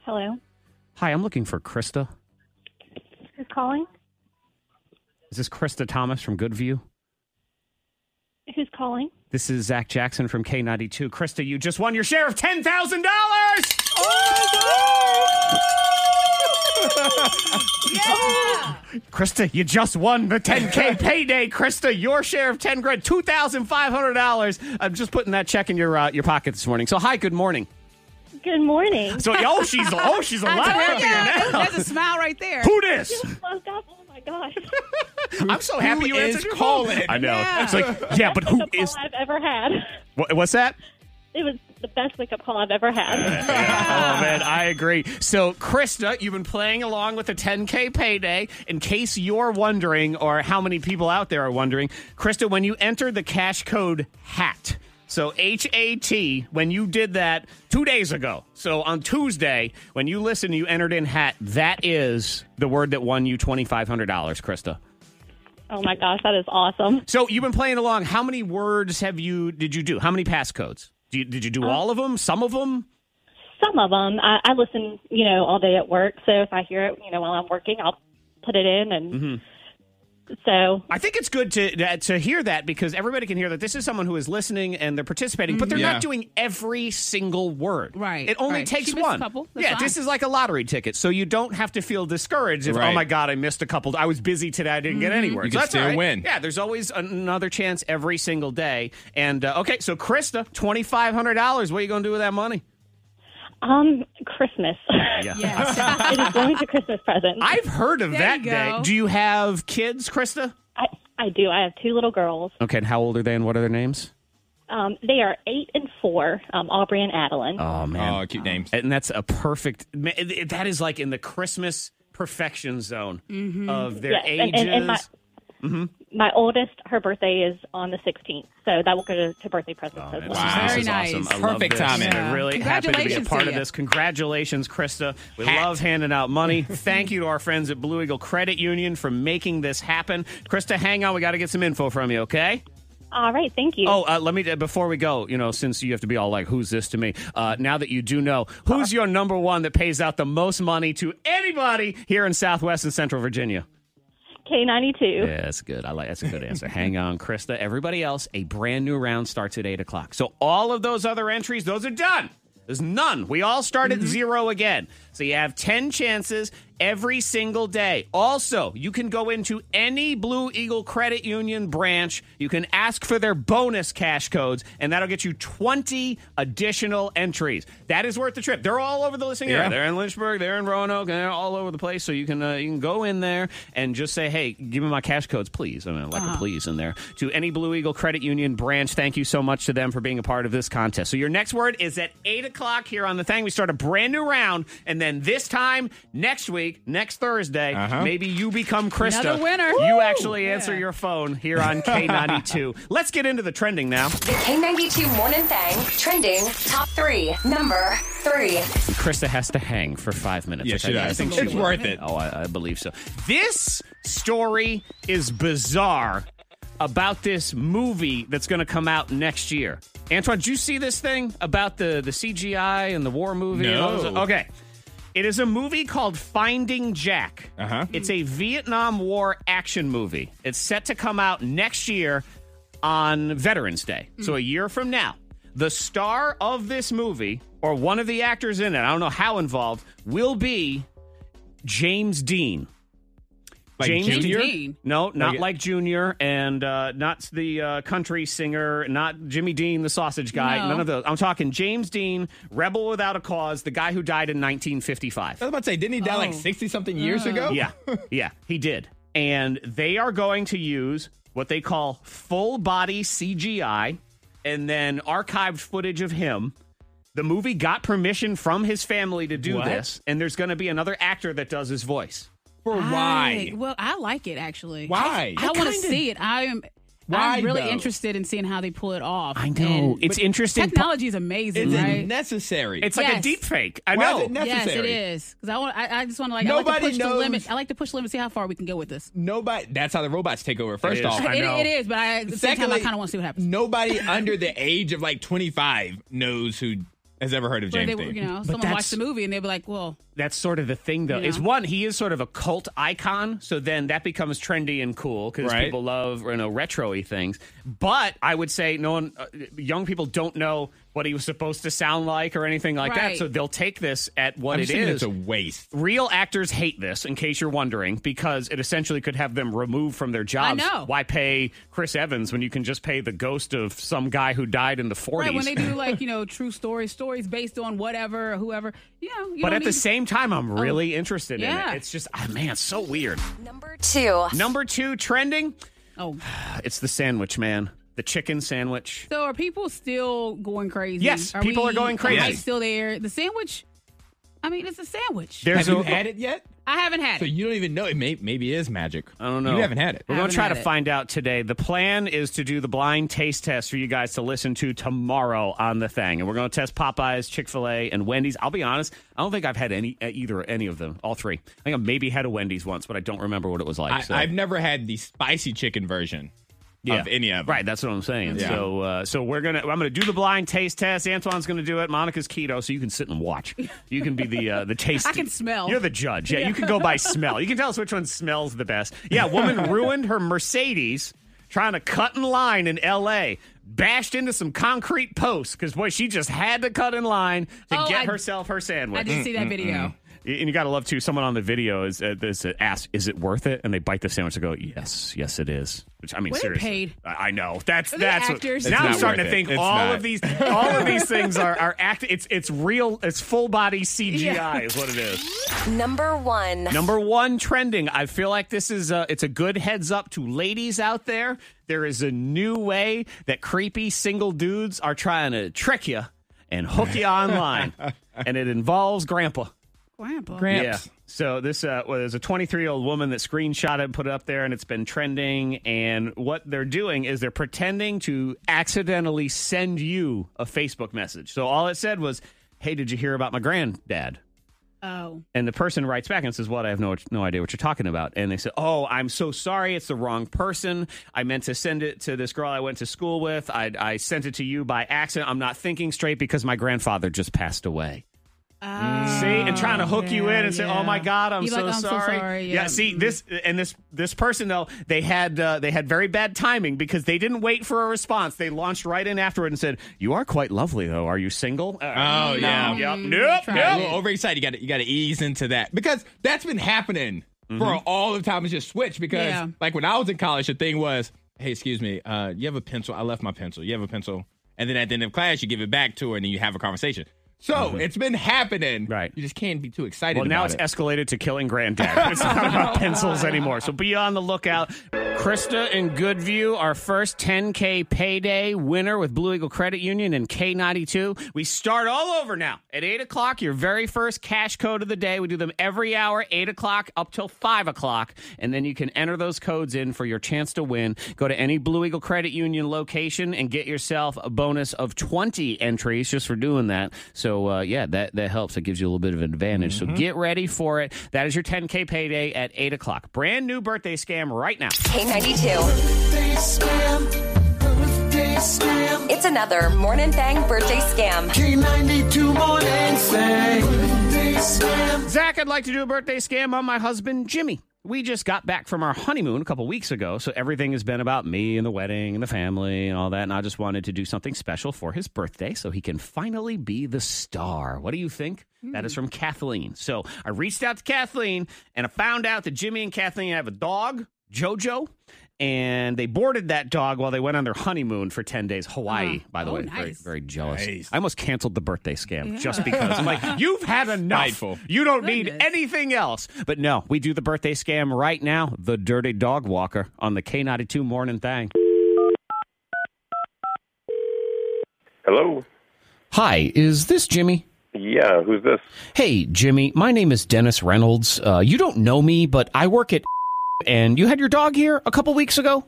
Hello. Hi, I'm looking for Krista. Who's calling? Is this Krista Thomas from Goodview? Who's calling? This is Zach Jackson from K92. Krista, you just won your share of ten thousand dollars. Krista, you just won the 10K payday. Krista, your share of 10 grand, $2,500. I'm just putting that check in your uh, your pocket this morning. So, hi, good morning. Good morning. So, oh, she's oh, she's a I lot told happier you, now. There's a smile right there. Who dis? Fuck up. Oh my gosh. I'm so happy you is answered your calling? Phone. I know. Yeah. It's like, yeah, but who the call is? I've ever had. What, what's that? It was the best wake up call I've ever had. Oh man, I agree. So, Krista, you've been playing along with the 10K payday. In case you're wondering, or how many people out there are wondering, Krista, when you entered the cash code HAT, so H A T, when you did that two days ago, so on Tuesday, when you listened, you entered in HAT. That is the word that won you $2,500, Krista. oh my gosh, that is awesome. So you've been playing along. How many words have you did you do? How many passcodes? Do you, did you do all of them? Some of them? Some of them I, I listen, you know, all day at work. So if I hear it, you know, while I'm working, I'll put it in, and Mm-hmm. so I think it's good to that- to hear that because everybody can hear that this is someone who is listening and they're participating, but they're Yeah. not doing every single word. Right, It only right. takes She missed a one. couple. That's Yeah, fine. this is like a lottery ticket, so you don't have to feel discouraged if oh Right. my god, I missed a couple. I was busy today, I didn't get Mm-hmm. any words. You can That's still all right. win. Yeah, there's always another chance every single day. And uh, okay, so Krista, twenty five hundred dollars. What are you going to do with that money? um, Christmas. Yes. it is going to Christmas present. I've heard of There that you day. go. Do you have kids, Krista? I, I do. I have two little girls. Okay, and how old are they and what are their names? Um, they are eight and four, um, Aubrey and Adeline. Oh man. Oh, cute names. and that's a perfect ma- that is like in the christmas perfection zone of Mm-hmm. their Yes, and- ages and- and my- My oldest, her birthday is on the 16th, so that will go to, to birthday presents Man, as this well. is- Wow. this is Very awesome. nice. I love Perfect this. timing. We're really happy to be a Congratulations part to of you. this. Congratulations, Krista. We love handing out money. Thank you to our friends at Blue Eagle Credit Union for making this happen. Krista, hang on. We got to get some info from you, okay? All right, thank you. Oh, uh, let me, before we go, you know, since you have to be all like, who's this to me? Uh, now that you do know, Uh, who's your number one that pays out the most money to anybody here in Southwest and Central Virginia? K92. Yeah, that's good. I like that's a good answer. Hang on, Krista. Everybody else, a brand new round starts at eight o'clock. So all of those other entries, those are done. There's none. We all start at zero again. So you have ten chances every single day. Also, you can go into any Blue Eagle Credit Union branch. You can ask for their bonus cash codes, and that'll get you twenty additional entries. That is worth the trip. They're all over the listening area. Yeah. They're in Lynchburg, they're in Roanoke, and they're all over the place. So you can uh, you can go in there and just say, "Hey, give me my cash codes, please." I mean, I like Uh-huh. a please in there to any Blue Eagle Credit Union branch. Thank you so much to them for being a part of this contest. So your next word is at eight o'clock here on the thing. We start a brand new round, and then this time next week, next Thursday, Uh-huh. maybe you become Krista Another winner. You Woo! actually answer Yeah. your phone here on K ninety two. Let's get into the trending now. The K92 Morning Thang trending top three. Number three. Krista has to hang for five minutes. Yeah, Okay, she I does. think she It's will. worth it. Oh, I, I believe so. This story is bizarre about this movie that's going to come out next year. Antoine, did you see this thing about the, the CGI and the war movie? and all this? No. Okay. It is a movie called Finding Jack. Uh-huh. It's a Vietnam War action movie. It's set to come out next year on Veterans Day. So a year from now. The star of this movie, or one of the actors in it, I don't know how involved, will be James Dean. Like James Junior? Dean. No, not Like- like Junior, and uh, not the uh, country singer, not Jimmy Dean, the sausage guy. No. None of those. I'm talking James Dean, Rebel Without a Cause, the guy who died in 1955. I was about to say, didn't he die like Oh. 60 something years ago? Yeah, yeah, he did. And they are going to use what they call full body CGI and then archived footage of him. The movie got permission from his family to do What? this, and there's going to be another actor that does his voice. For I- well, I like it actually. Why? I, I want to kinda- see it. I am. Why, I'm really though? interested in seeing how they pull it off. I know. It's interesting pa- Technology is amazing, Is it right? necessary? It's like Yes. a deep fake. I Why know. is it Yes, it necessary? is. Because I want. I, I just want to like. I like Nobody to push the knows- limit. I like to push the limit. See how far we can go with this. Nobody. That's how the robots take over. First It is. off, It- it is, but I, at the same time, I Secondly- kind of want to see what happens. Nobody under the age of like 25 knows who has ever heard of Where James they, Dean. you know, But someone that's- watched the movie and they'd be like, "Well, That's sort of the thing, though. You Is know? one he is sort of a cult icon, so then that becomes trendy and cool because Right. people love you know retroy things. But I would say no one, uh, young people don't know what he was supposed to sound like or anything like that, Right. so they'll take this at what I'm it thinking is. it's a waste. Real actors hate this, in case you're wondering, because it essentially could have them removed from their jobs. know. Why pay Chris Evans when you can just pay the ghost of some guy who died in the 40s? right when they do like you know true stories, stories based on whatever, whoever, you know." You but don't at the need- same time, I'm really interested in Oh. Yeah. it. It's just, ah, man, it's so weird. Number two. Number two trending. Oh, it's the sandwich, man. The chicken sandwich. So are people still going crazy? Yes, people are going crazy. The hype still there. The sandwich. I mean, it's a sandwich. There's Have a- you had it yet? I haven't had So it. you don't even know. It may, maybe is magic. I don't know. You haven't had it. We're going Haven't to try had to it. find out today. The plan is to do the blind taste test for you guys to listen to tomorrow on the thing, and we're going to test Popeyes, Chick Fil A, and Wendy's. I'll be honest, I don't think I've had any eh, either any of them. All three. I think I maybe had a Wendy's once, but I don't remember what it was like. I, so. I've never had the spicy chicken version Yeah. of any of them. Right, that's what I'm saying. Yeah. So, uh, so we're gonna. I'm gonna do the blind taste test. Antoine's gonna do it. Monica's keto, so you can sit and watch. You can be the uh, the taste. I can smell. You're the judge. Yeah, you can go by smell. You can tell us which one smells the best. Yeah, woman ruined her Mercedes trying to cut in line in L.A. Bashed into some concrete posts because boy, she just had to cut in line to Oh, get I- herself her sandwich. I did see that video. And you gotta love too. Someone on the video is uh, this uh, asks, "Is it worth it?" And they bite the sandwich and go, "Yes, yes, it is." Which I mean, We're seriously, paid. I I know that's Are they that's what, actors? It's now I'm not starting worth to it. think It's all not. of these all of these things are are act. It's it's real. It's full body CGI Yeah. is what it is. Number one. Number one trending. I feel like this is a, it's a good heads up to ladies out there. There is a new way that creepy single dudes are trying to trick you and hook you online, and it involves grandpa. Grandpa. Yeah. So this uh, well, there's a 23 year old woman that screenshot it and put it up there, and it's been trending. And what they're doing is they're pretending to accidentally send you a Facebook message. So all it said was, "Hey, did you hear about my granddad?" Oh. And the person writes back and says, "What? I have no no idea what you're talking about." And they say, "Oh, I'm so sorry. It's the wrong person. I meant to send it to this girl I went to school with. I I sent it to you by accident. I'm not thinking straight because my grandfather just passed away." see, and trying to hook you in and say, "Oh my God, I'm, Ah. You're so, like, "I'm so sorry. sorry, Yeah. yeah. See this and this this person though they had uh, they had very bad timing because they didn't wait for a response. They launched right in afterward and said, "You are quite lovely though. Are you single?" Uh, Oh no. yeah. Yep. Nope. Try A little overexcited. You got to you got to ease into that because that's been happening Mm-hmm. for all the time. It's just switched because Yeah. like when I was in college, the thing was, hey, excuse me, uh, you have a pencil? I left my pencil. You have a pencil? And then at the end of class, you give it back to her, and then you have a conversation. So it's been happening. Right. You just can't be too excited. Mm-hmm. Well, now about it's it. escalated to killing granddad. It's not about pencils anymore. So be on the lookout. Krista and Goodview, our first 10K payday winner with Blue Eagle Credit Union and K92. We start all over now at 8 o'clock, your very first cash code of the day. We do them every hour, 8 o'clock up till 5 o'clock. And then you can enter those codes in for your chance to win. Go to any Blue Eagle Credit Union location and get yourself a bonus of 20 entries just for doing that. So, uh, yeah, that, that helps. It gives you a little bit of an advantage. So get ready for it. That is your 10K payday at 8 o'clock. Brand new birthday scam right now. K92. It's another Morning Thang birthday scam. K92 Morning Zach, I'd like to do a birthday scam on my husband, Jimmy. We just got back from our honeymoon a couple weeks ago, so everything has been about me and the wedding and the family and all that. And I just wanted to do something special for his birthday so he can finally be the star. What do you think? That Hmm. is from Kathleen. So I reached out to Kathleen and I found out that Jimmy and Kathleen have a dog, JoJo, and they boarded that dog while they went on their honeymoon for 10 days. Hawaii, by the oh, way. Very, nice. very jealous. Nice. I almost canceled the birthday scam Yeah. just because. I'm like, you've had enough. Spiteful. You don't need Goodness. anything else. But no, we do the birthday scam right now. The Dirty Dog Walker on the K92 Morning Thing. Hello. Hi, is this Jimmy? Yeah, Uh, who's this? Hey, Jimmy, my name is Dennis Reynolds. Uh, you don't know me, but I work at and you had your dog here a couple weeks ago?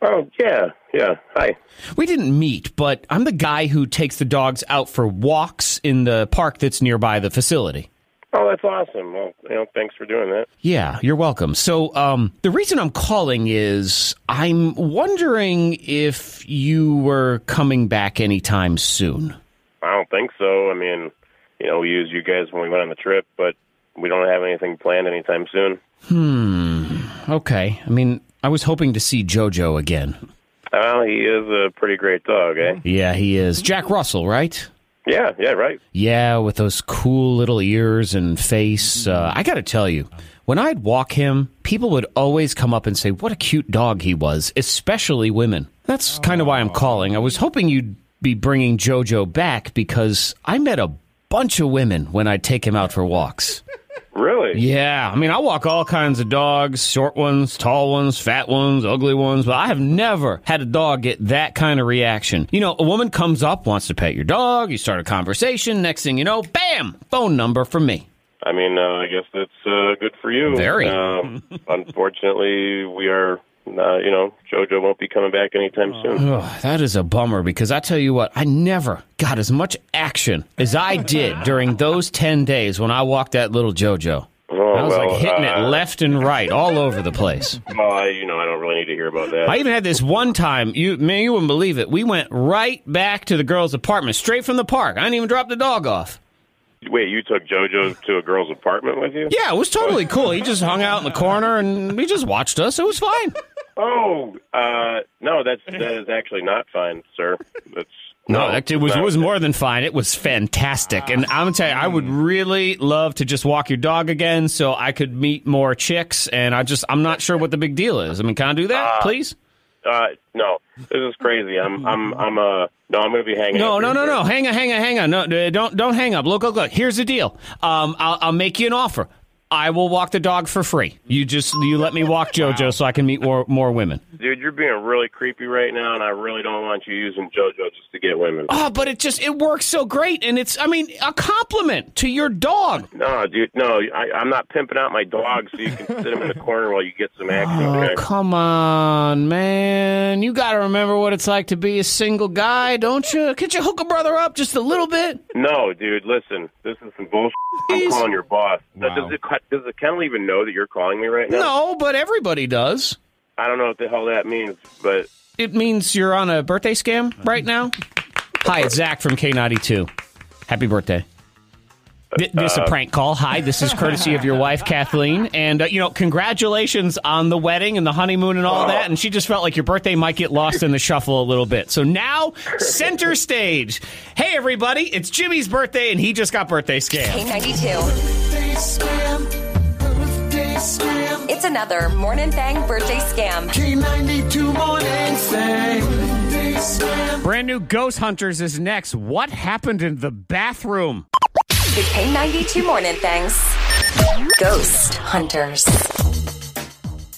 Oh, yeah, yeah. Hi. We didn't meet, but I'm the guy who takes the dogs out for walks in the park that's nearby the facility. Oh, that's awesome. Well, you know, thanks for doing that. Yeah, you're welcome. So, um, the reason I'm calling is I'm wondering if you were coming back anytime soon. I don't think so. I mean, you know, we used you guys when we went on the trip, but we don't have anything planned anytime soon. Hmm. Okay. I mean, I was hoping to see JoJo again. Well, he is a pretty great dog, eh? Yeah, he is. Jack Russell, right? Yeah, yeah, right. Yeah, with those cool little ears and face. Uh, I got to tell you, when I'd walk him, people would always come up and say, What a cute dog he was, especially women. That's kind of why I'm calling. I was hoping you'd be bringing JoJo back because I met a bunch of women when I'd take him out for walks. Really? Yeah. I mean, I walk all kinds of dogs short ones, tall ones, fat ones, ugly ones, but I have never had a dog get that kind of reaction. You know, a woman comes up, wants to pet your dog, you start a conversation, next thing you know, bam, phone number from me. I mean, uh, I guess that's uh, good for you. Very. Um, unfortunately, we are, uh, you know, JoJo won't be coming back anytime soon. Ugh, that is a bummer because I tell you what, I never got as much action as I did during those 10 days when I walked that little JoJo. Oh, I was well, like hitting uh, it left and right all over the place. Well, I, you know, I don't really need to hear about that. I even had this one time. You man, you wouldn't believe it. We went right back to the girl's apartment, straight from the park. I didn't even drop the dog off. Wait, you took JoJo to a girl's apartment with you? Yeah, it was totally cool. He just hung out in the corner and he just watched us. It was fine. Oh, uh, no, that's that is actually not fine, sir. That's No, that, it was it was more than fine. It was fantastic, and I'm gonna tell you, I would really love to just walk your dog again, so I could meet more chicks. And I just, I'm not sure what the big deal is. I mean, can I do that, please? uh, no. This is crazy. I'm I'm I'm uh no, I'm going to be hanging. No, out no, here, no, sir. no. Hang on, hang on, hang on. No, uh, don't, don't hang up. Look, look, look. Here's the deal. Um, I'll, I'll make you an offer. I will walk the dog for free. You just, you let me walk JoJo so I can meet more, more women. Dude, you're being really creepy right now, and I really don't want you using JoJo just to get women. Oh, but it just, it works so great, and it's, I mean, a compliment to your dog. No, dude, no, I, I'm not pimping out my dog so you can sit him in the corner while you get some action. Oh, okay? come on, man. You got to remember what it's like to be a single guy, don't you? Could you hook a brother up just a little bit? No, dude, listen, this is some bullshit. I'm calling your boss. Now, Does it does the kennel even know that you're calling me right now? No, but everybody does. I don't know what the hell that means, but It means you're on a birthday scam right now. Hi, it's Zach from K92. Happy birthday. Th- this a Uh, prank call. Hi, this is courtesy of your wife, Kathleen. And, uh, you know, congratulations on the wedding and the honeymoon and all that. And she just felt like your birthday might get lost in the shuffle a little bit. So now, center stage. Hey, everybody, it's Jimmy's birthday, and he just got birthday scammed. K92. It's another Morning Thang birthday scam. K92 Morning Brand new Ghost Hunters is next. What happened in the bathroom? The K92 Morning Thangs. Ghost Hunters.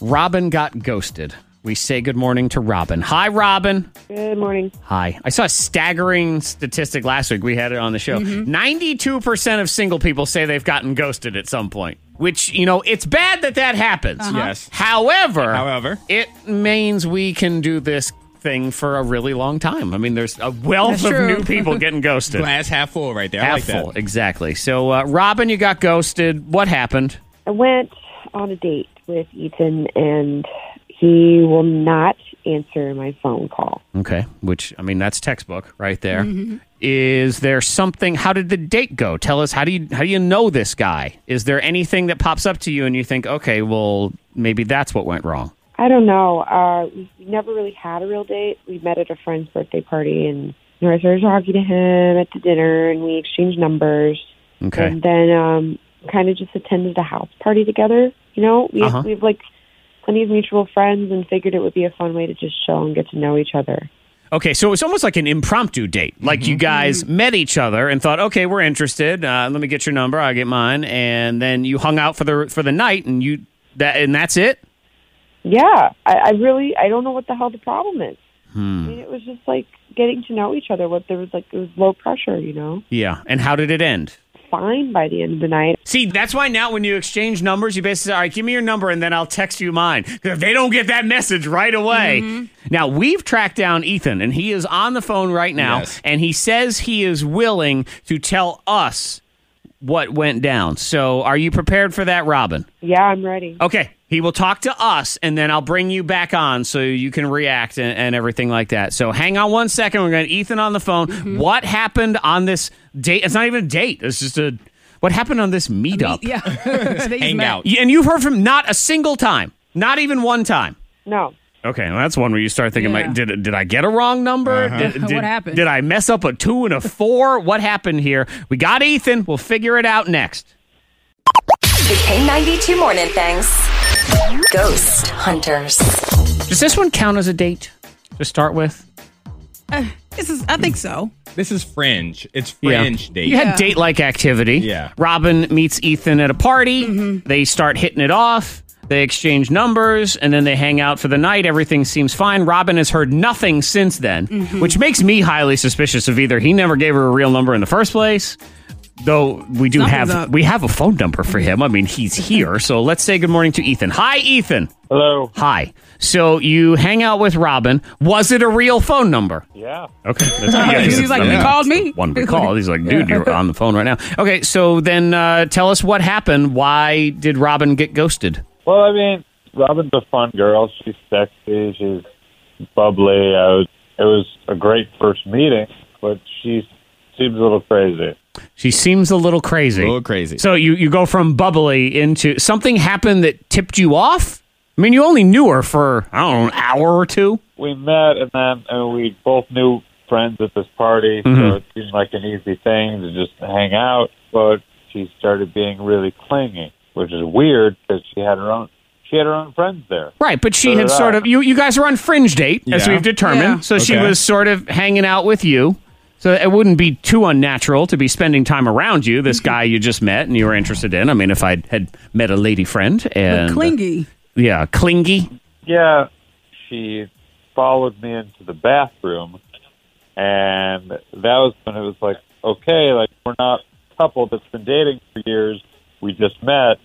Robin got ghosted. We say good morning to Robin. Hi, Robin. Good morning. Hi. I saw a staggering statistic last week. We had it on the show. Mm-hmm. 92% of single people say they've gotten ghosted at some point, which, you know, it's bad that that happens. Uh-huh. Yes. However, However. it means we can do this thing for a really long time. I mean, there's a wealth That's of true. new people getting ghosted. Glass half full right there. I Half like that. full, exactly. So, uh, Robin, you got ghosted. What happened? I went on a date with Ethan, and he will not answer my phone call. Okay, which I mean that's textbook right there. Is Mhm. there something how did the date go? Tell us how do you how do you know this guy? Is there anything that pops up to you and you think, "Okay, well, maybe that's what went wrong." I don't know. Uh, we never really had a real date. We met at a friend's birthday party, and you know, I started talking to him at the dinner, and we exchanged numbers. Okay. And then um, kind of just attended a house party together. You know, we, Uh-huh. we have like plenty of mutual friends and figured it would be a fun way to just chill and get to know each other. Okay, so it was almost like an impromptu date. Like you guys met each other and thought, "Okay, we're interested. Uh, let me get your number. I get mine." And then you hung out for the for the night and you that and that's it? Yeah, I, I really I don't know what the hell the problem is. Hmm. I mean, it was just like getting to know each other. What there was like, it was low pressure, you know. Yeah. And how did it end? Fine by the end of the night. See, that's why now when you exchange numbers, you basically say, all right, give me your number and then I'll text you mine. 'Cause if they don't get that message right away. Mm-hmm. Now, we've tracked down Ethan and he is on the phone right now and he says he is willing to tell us what went down. So are you prepared for that, Robin? Yeah, I'm ready. Okay. He will talk to us and then I'll bring you back on so you can react and, and everything like that. So hang on one second. We're going to Ethan on the phone. Mm-hmm. What happened on this date? It's not even a date. It's just a what happened on this meetup? Yeah. They just met. Y- And you've heard from not a single time, not even one time. No. Okay, well, that's one where you start thinking, Yeah. like, did did I get a wrong number? Uh-huh. Did, What did- happened? Did I mess up a two and a four? what happened here? We got Ethan. We'll figure it out next. The K92 Morning Things. Ghost Hunters. Does this one count as a date to start with? Uh, this is, I think so. This is fringe. It's fringe date. You had date like activity. Yeah. Robin meets Ethan at a party. Mm-hmm. They start hitting it off. They exchange numbers and then they hang out for the night. Everything seems fine. Robin has heard nothing since then, Mm-hmm. Mhm. which makes me highly suspicious of either he never gave her a real number in the first place, though we do Something's have up. we have a phone number for him. I mean, he's here. So let's say good morning to Ethan. Hi Ethan. Hello. Hi. So you hang out with Robin. Was it a real phone number? Yeah. Okay. That's, He's that's- like, I "They mean, called that's me?" One we call. He's like, dude, you're on the phone right now. Okay, so then uh, tell us what happened. Why did Robin get ghosted? Well, I mean, Robin's a fun girl. She's sexy. She's bubbly. I was, it was a great first meeting, but she seems a little crazy. She seems a little crazy. A little crazy. So you, you go from bubbly into something happened that tipped you off? I mean, you only knew her for, I don't know, an hour or two. We met, and then and we both knew friends at this party, Mhm. so it seemed like an easy thing to just hang out. But she started being really clingy, which is weird because she had her own she had her own friends there. Right, but she So had did sort I. of you. You guys were on fringe date, as Yeah. we've determined. Yeah. So she Okay. was sort of hanging out with you. So it wouldn't be too unnatural to be spending time around you, this guy you just met and you were interested in. I mean, if I had met a lady friend and uh, Clingy. yeah, clingy. Yeah, she followed me into the bathroom, and that was when it was like, okay, like we're not a couple that's been dating for years. We just met.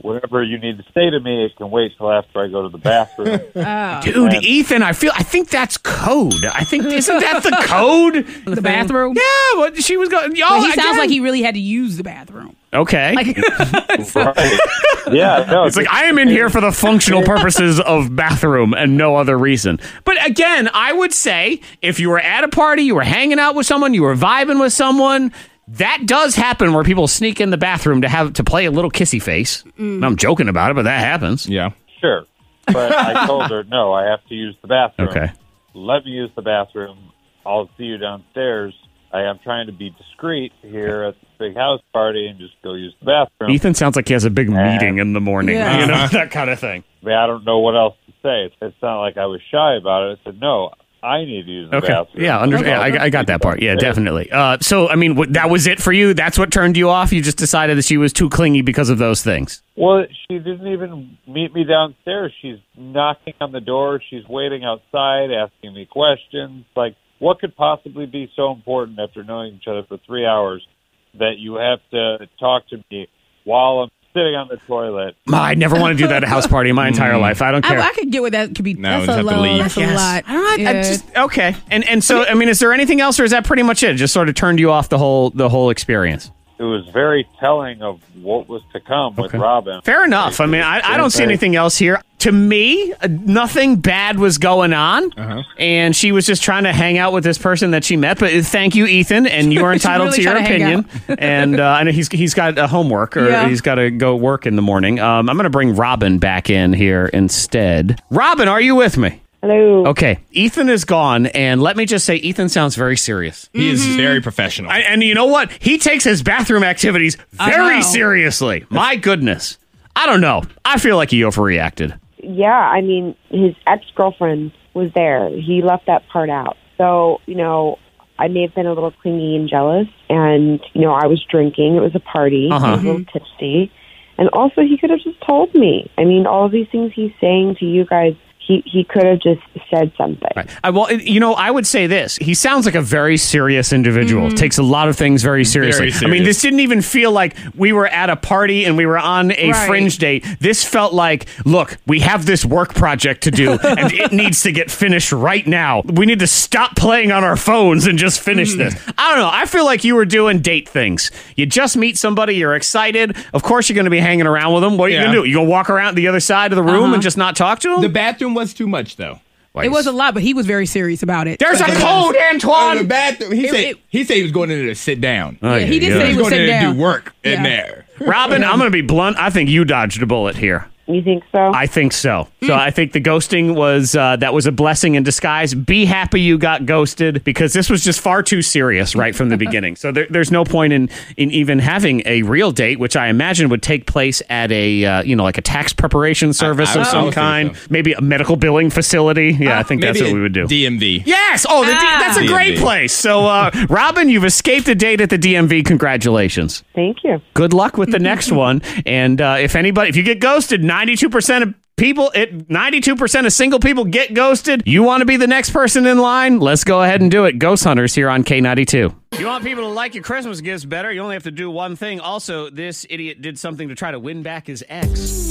Whatever you need to say to me, it can wait till after I go to the bathroom. Oh, Dude, Ethan, I feel I think that's code. I think isn't that the code? The bathroom? Yeah, well, she was going. Y'all, Oh, he sounds again. like he really had to use the bathroom. Okay. Like, yeah, it's like I am in here for the functional purposes of bathroom and no other reason. But again, I would say if you were at a party, you were hanging out with someone, you were vibing with someone, that does happen where people sneak in the bathroom to have to play a little kissy face. Mm. I'm joking about it, but that happens. Yeah. sure, but I told her no. I have to use the bathroom. Okay. Let me use the bathroom. I'll see you downstairs. I am trying to be discreet here at the big house party and just go use the bathroom. Ethan sounds like he has a big meeting in the morning. Yeah. You know Uh-huh. that kind of thing. I mean, I don't know what else to say. It's, it's not like I was shy about it. I said, no, I need to use the Okay. bathroom. Yeah, under- Okay. yeah I, I got that part. Yeah, definitely. Uh, so, I mean, what, that was it for you. That's what turned you off. You just decided that she was too clingy because of those things. Well, she didn't even meet me downstairs. She's knocking on the door. She's waiting outside, asking me questions. Like, what could possibly be so important after knowing each other for three hours that you have to talk to me while I'm sitting on the toilet? Ma, I never want to do that at a house party in my Mm. entire life. I don't I, care. I could get what that could be. that's No, just a have to lot. leave. That's Yes. a lot. I don't know, I- Yeah. I'm just okay. And and so, I mean, is there anything else, or is that pretty much it? Just sort of turned you off the whole the whole experience. It was very telling of what was to come with Robin. Fair enough. I mean, I, I don't see anything else here. To me, uh, nothing bad was going on, and she was just trying to hang out with this person that she met. But uh, thank you, Ethan, and you are She's entitled really to your trying to hang opinion. and uh, I know he's he's got a homework, or Yeah. he's got to go work in the morning. Um, I'm going to bring Robin back in here instead. Robin, are you with me? Hello. Okay, Ethan is gone, and let me just say, Ethan sounds very serious. He is very professional. I, and you know what? He takes his bathroom activities I know. very seriously. My goodness. I don't know. I feel like he overreacted. Yeah, I mean, his ex girlfriend was there. He left that part out. So, you know, I may have been a little clingy and jealous. And, you know, I was drinking. It was a party. I was a little tipsy. And also, he could have just told me. I mean, all of these things he's saying to you guys, He he could have just said something. I well, it- you know, I would say this. He sounds like a very serious individual. Mhm. Takes a lot of things very seriously. I mean, serious. this didn't even feel like we were at a party and we were on a Right. fringe date. This felt like, look, we have this work project to do and it needs to get finished right now. We need to stop playing on our phones and just finish this. I don't know. I feel like you were doing date things. You just meet somebody, you're excited. Of course you're going to be hanging around with them. What are you Yeah. going to do? You going to walk around the other side of the room Uh-huh. and just not talk to them? The bathroom was too much though. It was a lot, but he was very serious about it. There's a code, Antoine. Oh, The bathroom. He It- said it- he said he was going in there to sit down. Oh, Yeah, he did yeah. say he was would going sit in there to down. do work in there. Robin, I'm going to be blunt. I think you dodged a bullet here. You think so? I think so. So I think the ghosting was uh, that was a blessing in disguise. Be happy you got ghosted because this was just far too serious right from the beginning. So there, there's no point in in even having a real date, which I imagine would take place at a uh, you know like a tax preparation service I of would- I some would think Ah, kind, maybe a medical billing facility. Yeah, I think that's Maybe what we would do. DMV. Yes. Oh, the D- Ah. that's a great DMV. place. So, uh, Robin, you've escaped a date at the DMV. Congratulations. Thank you. Good luck with the next one. And uh, if anybody, if you get ghosted, ninety-two percent of people, it ninety-two percent of single people get ghosted. You want to be the next person in line? Let's go ahead and do it. Ghost Hunters here on K ninety two. You want people to like your Christmas gifts better? You only have to do one thing. Also, this idiot did something to try to win back his ex.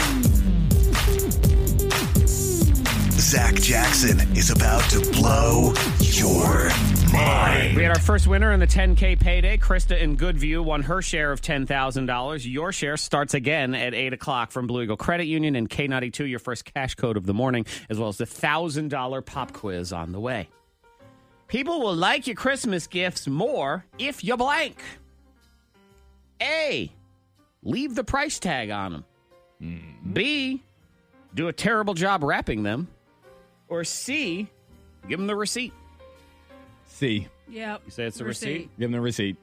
Zach Jackson is about to blow your mind. We had our first winner in the 10K payday. Krista in Goodview won her share of $10,000. Your share starts again at 8 o'clock from Blue Eagle Credit Union and K92, your first cash code of the morning, as well as the $1,000 pop quiz on the way. People will like your Christmas gifts more if you blank. A. Leave the price tag on them. B. Do a terrible job wrapping them. Or C. Give them the receipt. See. Yep. You say it's a receipt? Give him the receipt.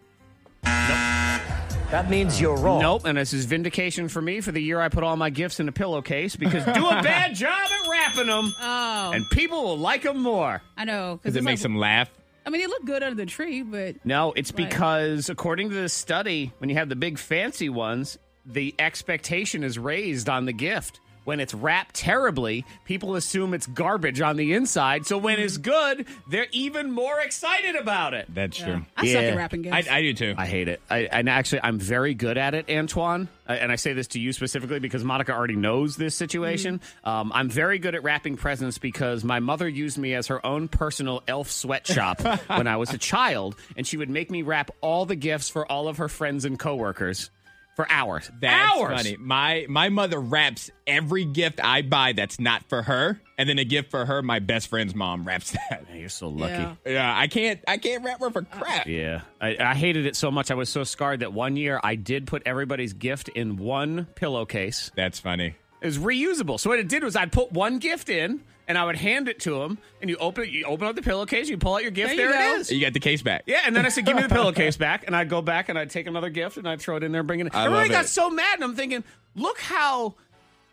That means you're wrong. Nope, and this is vindication for me for the year I put all my gifts in a pillowcase because do a bad job at wrapping them, Oh, and people will like them more. I know. Because it's it makes like- him laugh. I mean, it looked good under the tree, but No, it's because according to this study, when you have the big fancy ones, the expectation is raised on the gift. When it's wrapped terribly, people assume it's garbage on the inside. So when it's good, they're even more excited about it. That's true. I suck at wrapping gifts. do too. I hate it. I, and actually, I'm very good at it, Antoine. Uh, and I say this to you specifically because Monica already knows this situation. Mm. Um, I'm very good at wrapping presents because my mother used me as her own personal elf sweatshop when I was a child, and she would make me wrap all the gifts for all of her friends and coworkers for hours. That's hours. funny. My my mother wraps every gift I buy that's not for her, and then a gift for her, my best friend's mom wraps that. you're so lucky. Yeah, I can't I can't wrap her for Oh. crap. Yeah. I, I hated it so much. I was so scarred that one year I did put everybody's gift in one pillowcase. That's funny. It was reusable. So what it did was I'd put one gift in and I would hand it to him and you open it, you open up the pillowcase, you pull out your gift, There there, you it go. is. You got the case back. Yeah, and then I said, "Give me the pillowcase back," and I'd go back and I'd take another gift and I'd throw it in there and bring it. In. I Everybody love got it. so mad, and I'm thinking, "Look how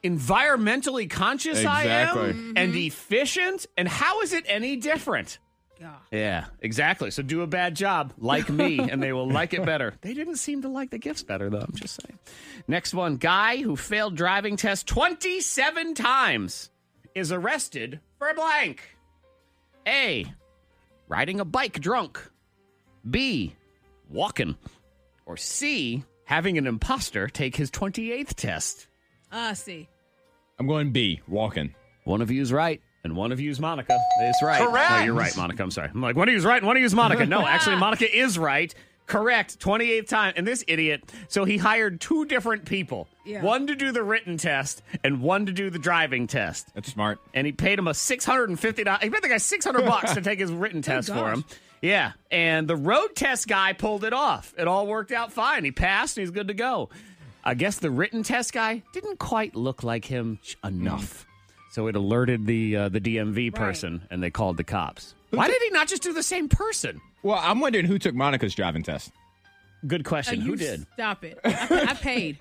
environmentally conscious I Exactly. am and efficient, and how is it any different?" Yeah, exactly. So do a bad job like me, and they will like it better. They didn't seem to like the gifts better, though. I'm just saying. Next one guy who failed driving test 27 times is arrested for blank. A. Riding a bike drunk. B. Walking. Or C. Having an imposter take his 28th test. uh, see. I'm going B, walking. One of you's right, and one of you's Monica. That's right. No, you're right, Monica. I'm sorry. I'm like, one of you's right, and one of you's Monica. No, actually, Monica is right. Correct. 28th time. And this idiot, so he hired two different people Yeah. one to do the written test and one to do the driving test. That's smart. And he paid him a $650. He paid the guy 600 bucks to take his written test for Oh, gosh. him. Yeah. And the road test guy pulled it off. It all worked out fine. He passed and he's good to go. I guess the written test guy didn't quite look like him Hmm. enough. So it alerted the uh, the DMV person and they called the cops. Why did he not just do the same person? Well, I'm wondering who took Monica's driving test. Good question. Uh, Who you did? Stop it. I, I paid.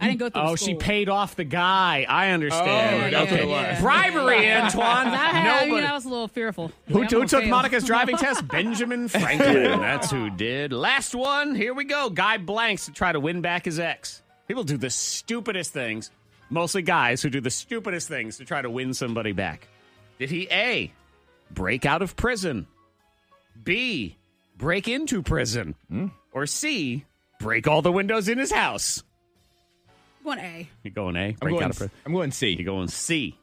I didn't go through. Oh, school. she paid off the guy. I understand. Oh, that's what it was. Bribery, Antoine. I, had, I, mean, Nobody- I was a little fearful. Who, Like, I'm who gonna took fail. Monica's driving test? Benjamin Franklin. That's who did. Last one. Here we go. Guy blanks to try to win back his ex. People do the stupidest things. Mostly guys who do the stupidest things to try to win somebody back. Did he A, break out of prison, B, break into prison, Hmm. or C, break all the windows in his house? One A. You going A? I'm Break going, out of prison. I'm going C. You going C?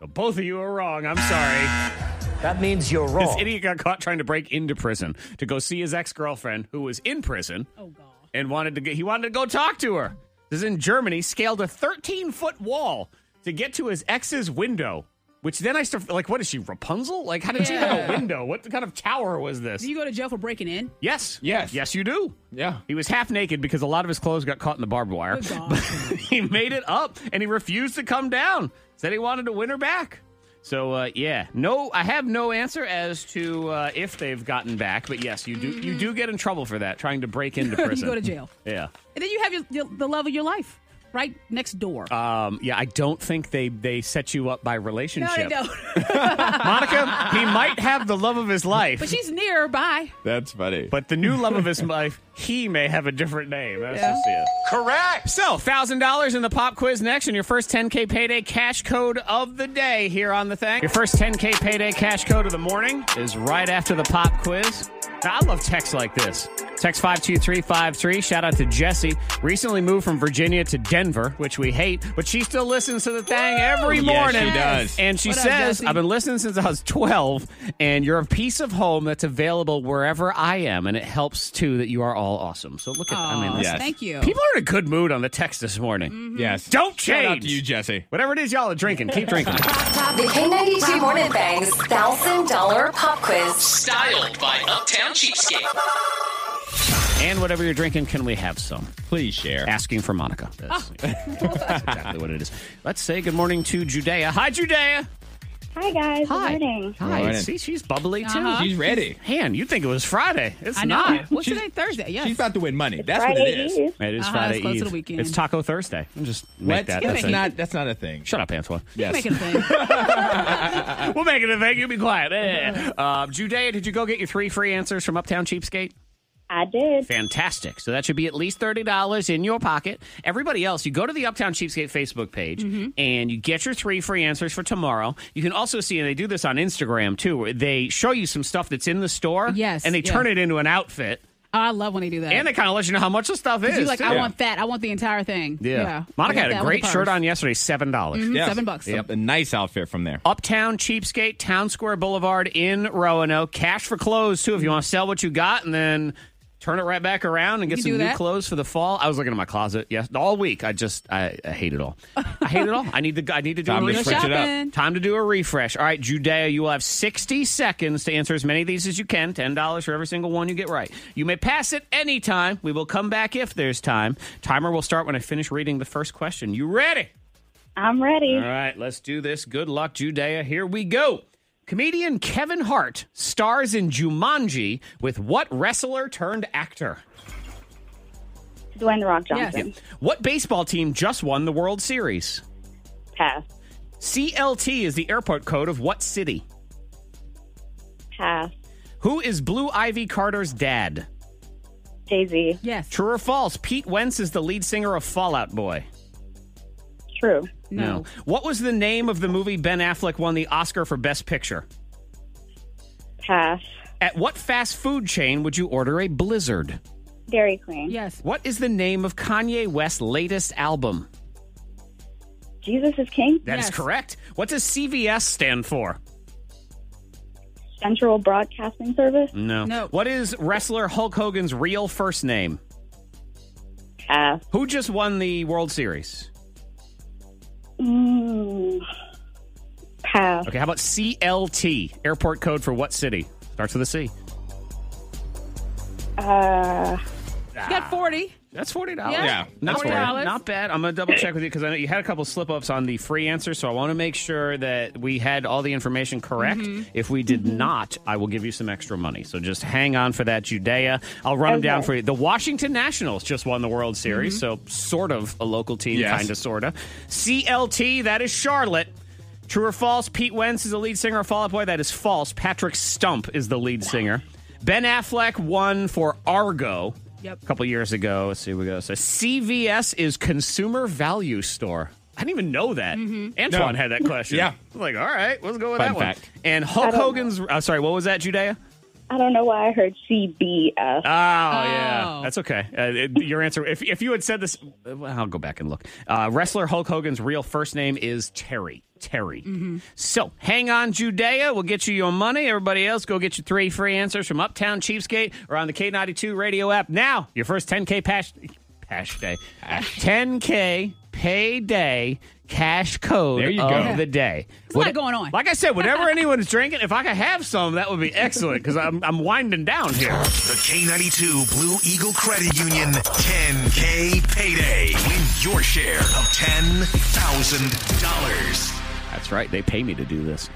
So both of you are wrong. I'm sorry. That means you're wrong. This idiot got caught trying to break into prison to go see his ex girlfriend who was in prison. Oh, And wanted to get, he wanted to go talk to her. This is in Germany. Scaled a 13 foot wall to get to his ex's window. Which then I start like, what is she Rapunzel? Like, how did she have Yeah. a window? What kind of tower was this? Do you go to jail for breaking in? Yes. Yes. Yes, you do. Yeah. He was half naked because a lot of his clothes got caught in the barbed wire. But he made it up and he refused to come down. Said he wanted to win her back. So uh, yeah, no, I have no answer as to uh, if they've gotten back. But yes, you do. You do get in trouble for that, trying to break into You prison. go to jail. Yeah. And then you have your, your, the love of your life right next door. Um, yeah, I don't think they they set you up by no, relationship. they don't. Monica, he might have the love of his life. But she's nearby. That's funny. But the new love of his life, he may have a different name. That's Yeah. just it. Correct. So, $1,000 in the pop quiz next, and your first 10K payday cash code of the day here on the thing. Your first 10K payday cash code of the morning is right after the pop quiz. Now, I love texts like this. Text 52353. Shout out to Jesse. Recently moved from Virginia to Denver, which we hate, but she still listens to the thing every Yes, morning. she does. And she What up, says, Jesse? I've been listening since I was 12, and you're a piece of home that's available wherever I am, and it helps too that you are all awesome. So look at, I mean, Aw, that's- thank you. People are in a good mood on the text this morning. Mm-hmm. Yes, don't change. Mm. Shout out to you, Jesse. Whatever it is, y'all are drinking. Keep drinking. The K92 Morning Thang's $1,000 pop quiz. Styled by Uptown Cheapskate. and whatever you're drinking, can we have some? Please share. Asking for Monica. That's, that's exactly what it is. Let's say good morning to Judea. Hi, Judea. Hi guys. Hi. Good morning. Hi. See, she's bubbly too. Uh-huh. She's ready. Man, you think it was Friday? It's I know. not. What's today? Thursday. Yes. She's about to win money. That's Friday what it is. Eve. It is Uh-huh, Friday it's close to Eve. the weekend. It's Taco Thursday. I'm just What? make that. That's That's it. not- that's not a thing. Shut up, Antoine. Make it a thing. we'll make it a thing. You be quiet. Eh. Uh, Judea, did you go get your three free answers from Uptown Cheapskate? I did. Fantastic. So that should be at least $30 in your pocket. Everybody else, you go to the Uptown Cheapskate Facebook page Mm-hmm. Mhm. and you get your three free answers for tomorrow. You can also see, and they do this on Instagram too, where they show you some stuff that's in the store. Yes, And they yeah. turn it into an outfit. I love when they do that. And they kind of let you know how much the stuff is. 'Cause you like, too. I want that. I want the entire thing. Yeah. Yeah. Monica I got had a that with great the shirt purse. on yesterday, $7. dollars Mhm, Yes. seven bucks. Oh, Yep. A nice outfit from there. Uptown Cheapskate, Town Square Boulevard in Roanoke. Cash for clothes, too, if you want to sell what you got and then turn it right back around and You get can some new do that. clothes for the fall. I was looking at my closet yes, all week. I just, I, I hate it all. I hate it all. I need to, I need to do Time a to refresh. switch it up. Shopping. Time to do a refresh. All right, Judea, you will have 60 seconds to answer as many of these as you can. $10 for every single one you get right. You may pass it anytime. We will come back if there's time. Timer will start when I finish reading the first question. You ready? I'm ready. All right, let's do this. Good luck, Judea. Here we go. Comedian Kevin Hart stars in Jumanji with what wrestler turned actor? Dwayne The Rock Johnson. Yep. What baseball team just won the World Series? Pass. CLT is the airport code of what city? Pass. Who is Blue Ivy Carter's dad? Jay Z. Yes. True or false? Pete Wentz is the lead singer of Fallout Boy. True. What was the name of the movie Ben Affleck won the Oscar for Best Picture? Pass. At what fast food chain would you order a blizzard? Dairy Queen. Yes. What is the name of Kanye West's latest album? Jesus is King. That is correct. What does CVS stand for? Central Broadcasting Service. No. No. What is wrestler Hulk Hogan's real first name? Pass. Who just won the World Series? Mm. Pass. Okay, how about CLT? Airport code for what city? Starts with a C. Uh. She got 40. That's $40. Yeah. Not $40. bad. Not bad. I'm going to double check with you because I know you had a couple slip ups on the free answer, so I want to make sure that we had all the information correct. Mhm. If we did not, I will give you some extra money. So just hang on for that, Judea. I'll run them down Okay. for you. The Washington Nationals just won the World Series, so sort of a local team, Yes. kind of, sort of. CLT, that is Charlotte. True or false? Pete Wentz is the lead singer of Fall Out Boy. That is false. Patrick Stump is the lead singer. Ben Affleck won for Argo Yep. a couple years ago. Let's see what we go. So CVS is Consumer Value Store. I didn't even know that. Mm-hmm. Antoine No. had that question. Yeah. I'm like, all right, let's go with Fun that fact. one. And I Hulk don't- Hogan's. Uh, sorry, what was that, Judea? I don't know why I heard CBS. Oh, yeah, that's okay. Uh, it- your answer, if if you had said this, well, I'll go back and look. Uh, wrestler Hulk Hogan's real first name is Terry. Terry. So hang on, Judea. We'll get you your money. Everybody else, go get your three free answers from Uptown Cheapskate or on the K92 radio app now. Your first 10K pash, pash day. 10K payday cash code There you of go. the day. There's a lot going on. Like I said, whatever anyone is drinking, if I could have some, that would be excellent because I'm, I'm winding down here. The K92 Blue Eagle Credit Union 10K Payday. Win your share of $10,000. That's right. They pay me to do this.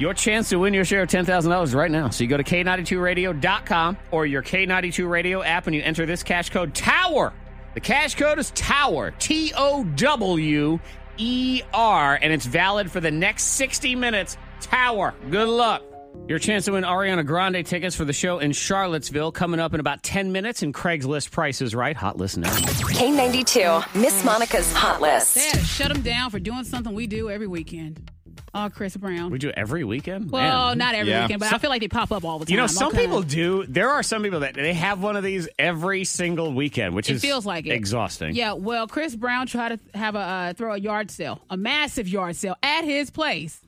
Your chance to win your share of $10,000 right now. So you go to K92radio.com or your K92 radio app and you enter this cash code TOWER. E The cash code is TOWER, T O W E R, and it's valid for the next 60 minutes. TOWER. E Good luck. Your chance to win Ariana Grande tickets for the show in Charlottesville coming up in about 10 minutes and Craigslist prices, right? Hot list now. K92, Miss Monica's Hot List. They had to shut him down for doing something we do every weekend. Oh, Chris Brown. We do it every weekend? well, Man. not every Yeah. weekend, but I feel like they pop up all the time. You know, All some kinda- people do. There are some people that they have one of these every single weekend, which It is feels like it. exhausting. Yeah, well, Chris Brown tried to have a uh, throw a yard sale, a massive yard sale at his place.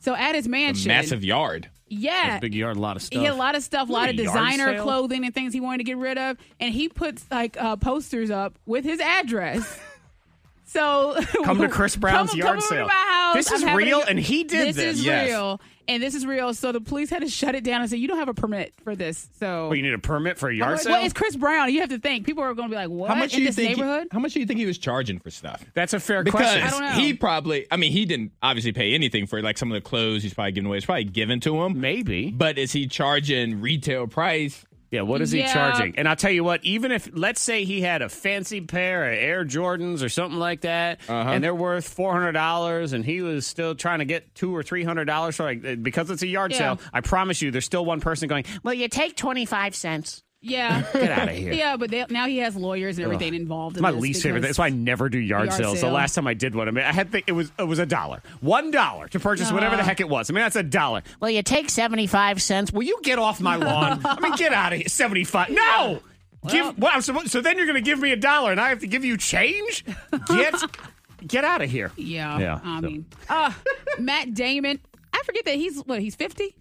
So at his mansion, Massive yard. Yeah, That's big yard, a lot of stuff. He had a lot of stuff, a lot of What, a yard designer sale? clothing and things he wanted to get rid of, and he puts like uh, posters up with his address. So Come to Chris Brown's come, yard come over sale. To my house. This I'm is having a real, y- and he did This this. is Yes. real, and this is real. So the police had to shut it down and say, "You don't have a permit for this." So Oh, you need a permit for a I'm yard like, sale? Well, it's Chris Brown. You have to think. People are going to be like, "What?" How much in do you this think he- neighborhood? how much do you think he was charging for stuff? That's a fair because question. he probably, I mean, he didn't obviously pay anything for like some of the clothes he's probably giving away. It's probably given to him. Maybe. But is he charging retail price? Yeah, what is he charging? And I'll tell you what, even if, let's say he had a fancy pair of Air Jordans or something like that, Uh-huh. and they're worth $400, and he was still trying to get two or $300 for like, because it's a yard Yeah. sale, I promise you, there's still one person going, well, you take 25 cents. Yeah. Get outta here. Yeah, but they, now he has lawyers and Ugh. everything involved. It's In my this least favorite. thing. because- That's why I never do yard, Yard sales. sale. The last time I did one, I mean, I had th- it was it was a dollar, one dollar to purchase whatever the Uh. heck it was. I mean, that's a dollar. Well, you take seventy five cents. Will you get off my lawn? I mean, get out of here. Seventy five. No. give well, I'm supposed, so then you're going to give me a dollar, and I have to give you change. Get get out of here. Yeah. Yeah, I so. mean, uh, Matt Damon. I forget that he's what he's fifty.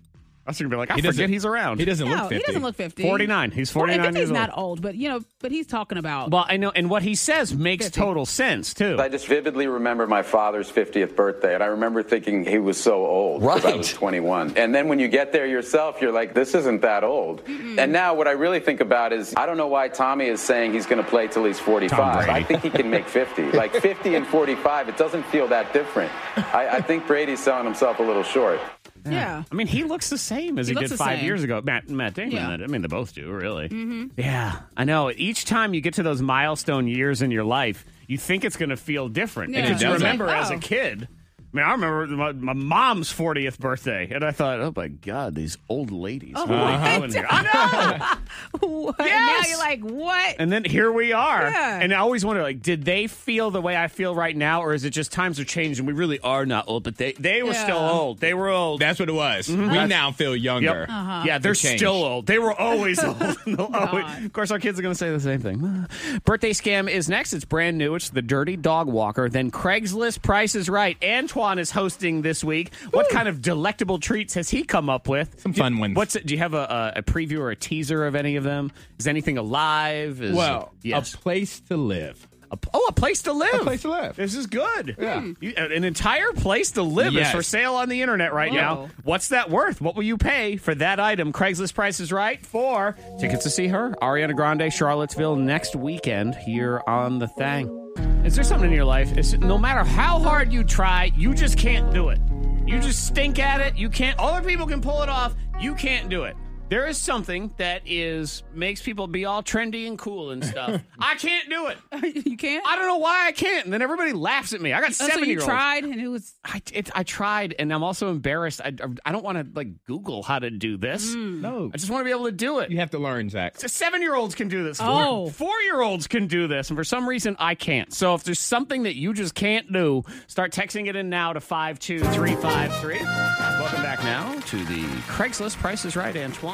I was going to be like, I He doesn't- forget he's around. he doesn't no, he doesn't look fifty. 49. He's 49 50's years old. not old, but you know, but he's talking about. Well, I know, and what he says makes 50. total sense too. I just vividly remember my father's 50th birthday, and I remember thinking he was so old. 'cause I was 21. And then when you get there yourself, you're like, this isn't that old. And now what I really think about is, I don't know why Tommy is saying he's going to play till he's 45. I think he can make 50. like 50 and 45, it doesn't feel that different. I, I think Brady's selling himself a little short. Yeah. I mean, he looks the same as He he, looks did the five same. years ago. Matt, Matt Damon. Yeah. I mean, they both do, really. Yeah, I know. Each time you get to those milestone years in your life, you think it's going to feel different. Yeah. And It you doesn't. remember Like, as oh. a kid. I mean, I remember my, my mom's 40th birthday, and I thought, oh my God, these old ladies. Oh, what are what? they doing here? I know. What? Yes! Now you're like, what? And then here we are. Yeah. And I always wonder, like, did they feel the way I feel right now, or is it just times have changed and we really are not old? But they they were still Yeah. old. They were old. That's what it was. Mm-hmm. Mhm. We That's- now feel younger. Yep. Uh-huh. Yeah, they're It changed. still old. They were always old. And they'll always- of course, our kids are going to say the same thing. Birthday scam is next. It's brand new. It's the Dirty Dog Walker. Then Craigslist Price is Right. Antoine is hosting this week. What kind of delectable treats has he come up with? Some fun ones. What's it? Do you have a, a, a preview or a teaser of any of them? Is anything alive? Is, Well, yes. a place to live. A, oh, a place to live. A place to live. This is good. Yeah. You- an entire place to live Yes. is for sale on the internet right Whoa. now. What's that worth? What will you pay for that item? Craigslist Price is Right for tickets to see her, Ariana Grande, Charlottesville next weekend here on The Thing. Is there something in your life? Is no matter how hard you try, you just can't do it. You just stink at it. You can't. Other people can pull it off. You can't do it. There is something that is makes people be all trendy and cool and stuff. I can't do it. you can't. I don't know why I can't. And then everybody laughs at me. I got Oh, seven so you year olds. tried and it was I, it, I tried, and I'm also embarrassed. I, I don't want to like Google how to do this. Hmm. No, I just want to be able to do it. You have to learn, Zach. Seven year olds can do this. Oh. four year olds can do this, and for some reason I can't. So if there's something that you just can't do, start texting it in now to five two three five three. Welcome back now to the Craigslist Price is Right, Antoine.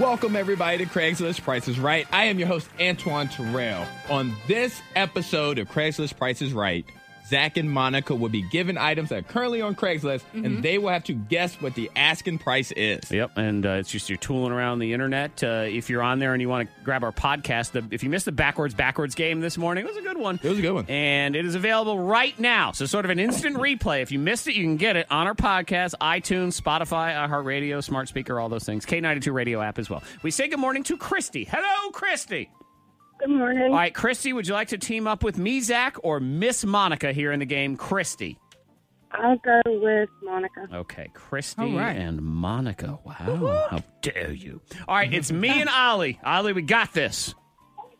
Welcome, everybody, to Craigslist Price is Right. I am your host, Antoine Terrell. On this episode of Craigslist Price is Right, Zach and Monica will be given items that are currently on Craigslist, Mhm. and they will have to guess what the asking price is. Yep, and uh, it's just you're tooling around the internet. Uh, if you're on there and you want to grab our podcast, the, if you missed the backwards backwards game this morning, it was a good one. It was a good one, and it is available right now. So sort of an instant replay. If you missed it, you can get it on our podcast, iTunes, Spotify, iHeartRadio, smart speaker, all those things. K92 radio app as well. We say good morning to Christy. Hello, Christy. Good morning. All right, Christy, would you like to team up with me, Zach, or Miss Monica here in the game, Christy? I'll go with Monica. Okay, Christy All right. and Monica. Wow, how dare you! All right, it's me and Ollie. Ollie, we got this.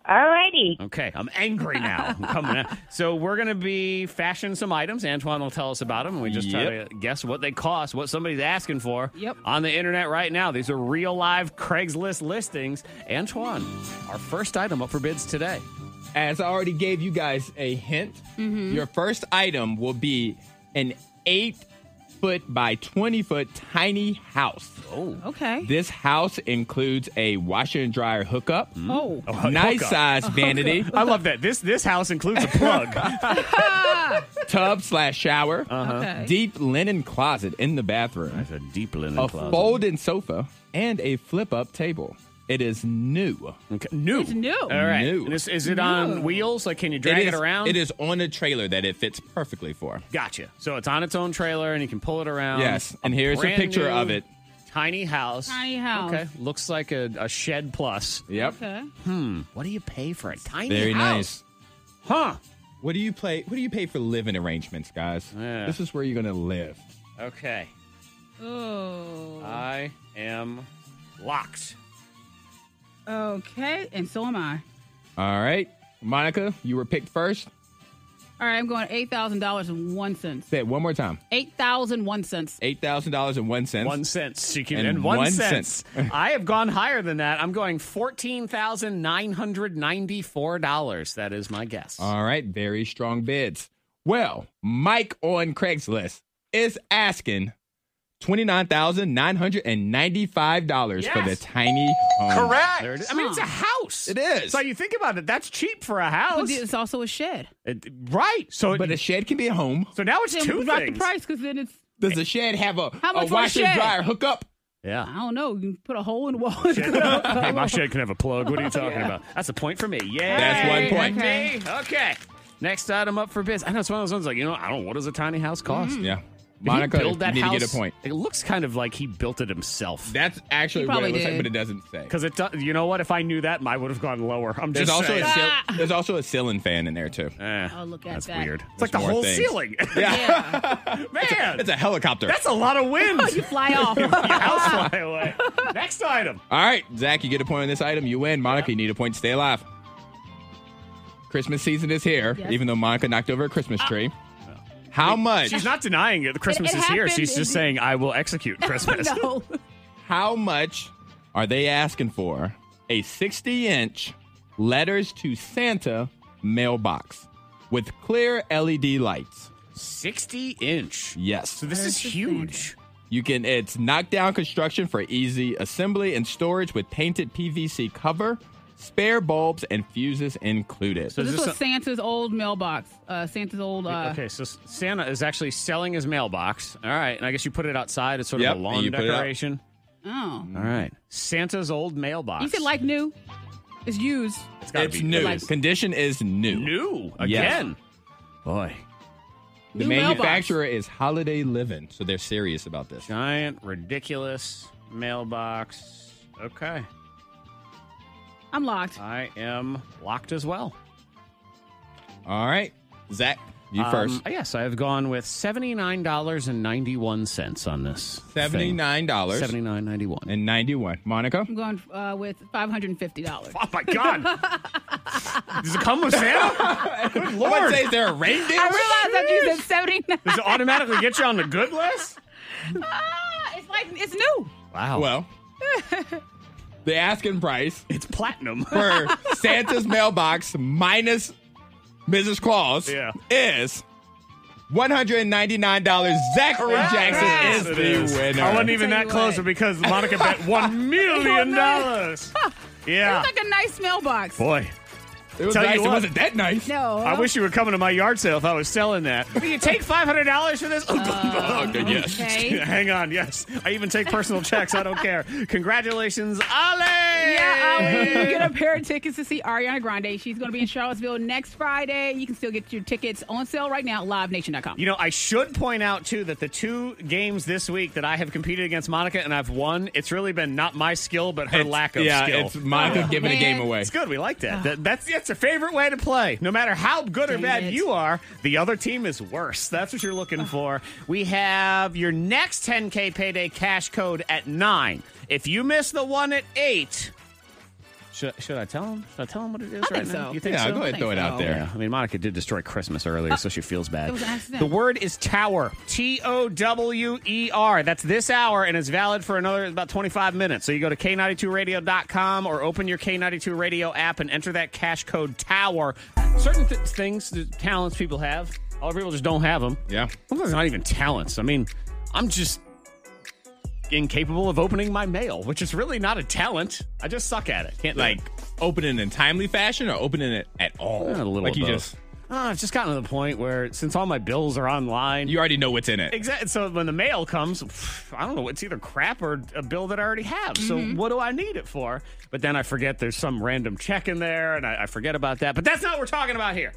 Alrighty. Okay, I'm angry now. I'm coming out. So we're gonna be fashioning some items. Antoine will tell us about them. and We just try Yep. to guess what they cost, what somebody's asking for. Yep. On the internet right now, these are real live Craigslist listings. Antoine, our first item up for bids today. As I already gave you guys a hint, your first item will be an eight foot by 20 foot tiny house. Oh, okay. This house includes a washer and dryer hookup. Oh, nice Hook up. size vanity. I love that. This this house includes a plug. tub slash shower, Okay. deep linen closet in the bathroom. That's a deep linen a closet. folding sofa, and a flip up table. It is new. Okay. New. It's new. All right. New. And this- is it on wheels? Like, can you drag it, is- around? It is on a trailer that it fits perfectly for. Gotcha. So it's on its own trailer, and you can pull it around. Um, Yes, and here's a brand picture new of it. Tiny house. Tiny house. Okay. Looks like a, a shed plus. Yep. okay. Hmm. What do you pay for a tiny Very house? nice. Huh. What do you play? What do you pay for living arrangements, guys? This is where you're gonna live. Okay. Oh. I am locked. okay, and so am I. All right, Monica, you were picked first. All right, I'm going eight thousand dollars and one cent. Say it one more time. Eight thousand one cents. Eight thousand dollars and one cent. One cent. So you can, and, one, cents. I have gone higher than that. I'm going fourteen thousand nine hundred ninety-four dollars. That is my guess. All right, very strong bids. Well, Mike on Craigslist is asking twenty nine thousand nine hundred and ninety five dollars for the Yes. tiny home. Correct. There it is. I mean, it's a house. It is. So you think about it, that's cheap for a house. It's also a shed. It- right. So, but a shed can be a home. So now it's Then two drop things. the price because then it's Does a shed have a, How a much for a washer and shed? dryer hookup? I Yeah. don't know. You can put a hole in the wall. And put a- Oh. hey, my shed can have a plug. What are you talking about? That's a point for me. Yeah. That's one point. Okay. okay. Next item up for bids. I know it's one of those ones like, you know, I don't know, what does a tiny house cost? Yeah. Hmm. Did Monica, he build that Mm-hmm. you need to house? get a point. It looks kind of like he built it himself. That's actually He what probably it looks did. like, but it doesn't say. Because it, do- you know what? If I knew that, I would have gone lower. I'm There's just also, saying. Ah. a sil- there's also a ceiling fan in there, too. oh, look at that's that. weird. It's like the whole ceiling. Man, It's a helicopter. that's a lot of wind. you fly off. Your house fly away. Next item. All right, Zach, you get a point on this item. You win. Monica, you need a point to stay alive. Christmas season is here, Yes. Ah. even though Monica knocked over a Christmas tree. How much? She's not denying it. The Christmas it is here. happened. She's just It- saying, I will execute Christmas. How much are they asking for a 60 inch letters to Santa mailbox with clear LED lights? 60 inch. Yes. So this is huge. You can it's knockdown construction for easy assembly and storage with painted PVC cover, spare bulbs and fuses included. So this was Santa's old mailbox. Uh, Santa's old. Uh, okay, so Santa is actually selling his mailbox. All right, and I guess you put it outside. It's sort Yep, of a and lawn you put it out. decoration. Oh. All right, Santa's old mailbox. You said like new. It's used. gotta it's be new. like- Condition is new. New Yes. again. Boy, The New mailbox. manufacturer is Holiday Living, so they're serious about this. giant, ridiculous mailbox. Okay, I'm locked. I am locked as well. All right, Zach, You Um, first. uh, Yes, I have gone with seventy nine dollars and ninety one cents on this. Seventy nine dollars. Seventy nine ninety one. And ninety one. Monica. I'm going uh, with five hundred and fifty dollars. Oh my God! Does it come with Santa? Good Lord. say, is there a reindeer? I realized that you said seventy nine. Does it automatically get you on the good list? Ah, it's like it's new. Wow. Well, the asking price. It's platinum for Santa's mailbox minus Mrs. Claus. Yeah. Is. One hundred and ninety-nine dollars. Zachary Jackson Yes, is it the is. winner. I wasn't even that close because Monica bet one million dollars. Yeah. It's like a nice mailbox. Boy. It was Tell nice. you It what. wasn't that nice. No. I wish you were coming to my yard sale if I was selling that. Will you take five hundred dollars for this? Oh, yes. Okay. Hang on, yes. I even take personal checks. I don't care. Congratulations, Ale! Yeah, um, you get a pair of tickets to see Ariana Grande. She's going to be in Charlottesville next Friday. You can still get your tickets on sale right now at livenation.com. You know, I should point out too that the two games this week that I have competed against Monica and I've won, it's really been not my skill but her It's- lack of yeah, skill. it's Monica Oh, giving a man. game away. It's good. We like that. that that's that's a favorite way to play. No matter how good or Ah. Dang bad it. Ah. you are, the other team is worse. That's what you're looking for. We have your next 10k payday cash code at nine. If you miss the one at eight, should, should I tell them? Should I tell them what it is I think right now? so. You think Yeah, so? go ahead, throw it out there. Oh, Yeah, I mean, Monica did destroy Christmas earlier, so she feels bad. it was an accident. The word is tower. T O W E R. That's this hour, and it's valid for another about 25 minutes. So you go to K92radio.com or open your K92 radio app and enter that cash code tower. Certain th- things, the talents people have, other people just don't have them. Yeah. Sometimes not even talents. I mean, I'm just incapable of opening my mail, which is really not a talent. I just suck at it. Can't do Like it. opening in timely fashion or opening it at all. Uh, a little like of you both. just Ah, I've just gotten to the point where since all my bills are online, you already know what's in it. Exactly. So when the mail comes, pff, I don't know. It's either crap or a bill that I already have. So what do I need it for? But then I forget there's some random check in there, and I, I forget about that. But that's not what we're talking about here.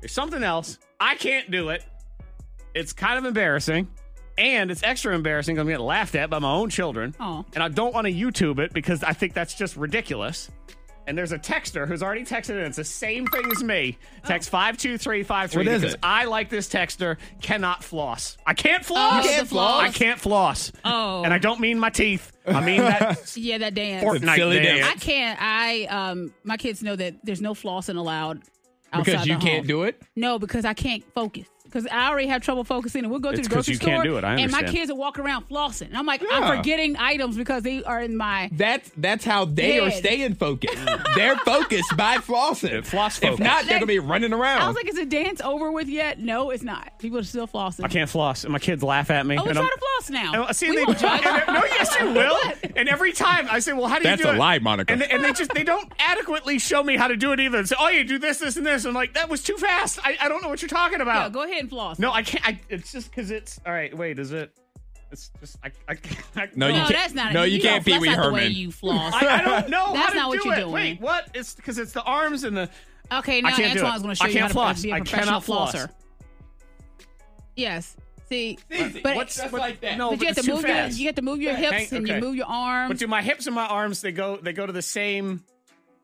There's something else. I can't do it. It's kind of embarrassing, and it's extra embarrassing. 'cause I'm getting laughed at by my own children, Aw. and I don't want to YouTube it because I think that's just ridiculous. And there's a texter who's already texted in. It's the same thing as me. Oh. Text 52353 What is because it? I like this texter cannot floss. I can't floss. You can't floss? I can't floss. Oh. And I don't mean my teeth. I mean that Yeah, that dance. Fortnite silly dance. I can't. I um, my kids know that there's no flossing allowed outside Because you the can't home. do it? No, because I can't focus. Because I already have trouble focusing, and we'll go to It's the grocery 'cause you store, can't do it. I and my understand. kids are walking around flossing, and I'm like, Yeah. I'm forgetting items because they are in my. That's that's how they are Dead. staying focused. they're focused by flossing. Floss If not, focused. they're gonna be running around. I was like, is the dance over with yet? No, it's not. People are still flossing. I can't floss. And my kids laugh at me. Oh, we and try I'm- to floss now. And, see, we they, won't judge. and they- no, yes, you will. And every time I say, "Well, how do you That's do a it?" lie, Monica. And they, and they just they don't adequately show me how to do it either. They say, "Oh, you do this, this, and this." I'm like, "That was too fast. I, I don't know what you're talking about." Yeah, go ahead and floss. No, I can't. I, it's just because it's all right. Wait, is it? It's just I. I, I No, you No, can't- that's not. no, you can't don't- Pee Wee that's not The way Herman. you floss. I, I don't know. That's how to not what do you're it. doing. Wait, what? It's because it's the arms and the. okay, I now can't do it. Antoine's going to show I you how can't to floss. be I a cannot professional floss. flosser. Yes. See, Easy. but What's- but that's like that. No, you but have it's to too move your fast. you have to move your hips Hang- and okay. you move your But arms. do my hips and my arms? They go. They go to the same.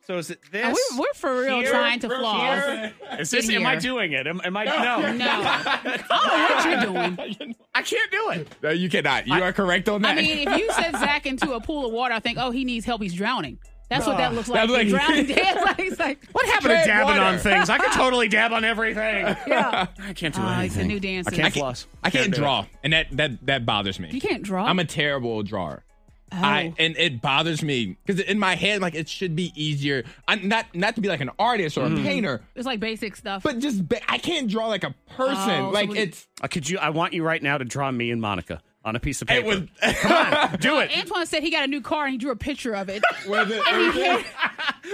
So is it this? And we- we're for real here, trying to here? floss. Is this? In Am I here. doing it? Am, am I? No. No, I don't know what you're doing. I can't do it. no, you cannot. You are correct on I that. mean, if you send Zach into a pool of water, I think, oh, he needs help. He's drowning. That's what that looks like. That's like- He's drowning. It's like, it's like What happened to Tread dabbing water. on things? I could totally dab on everything. yeah. I can't do Ah, it's the anything. new dance. I can't I can't- floss. I can't do it. draw, and that that that bothers me. You can't draw. I'm a terrible drawer. Oh. I and it bothers me because in my head, like it should be easier. I'm not not to be like an artist or Mm. a painter, it's like basic stuff. but just ba- I can't draw like a person. Oh, so like we- it's Uh, could you? I want you right now to draw me and Monica on a piece of paper. it was. do it. Antoine said he got a new car and he drew a picture of it. was it-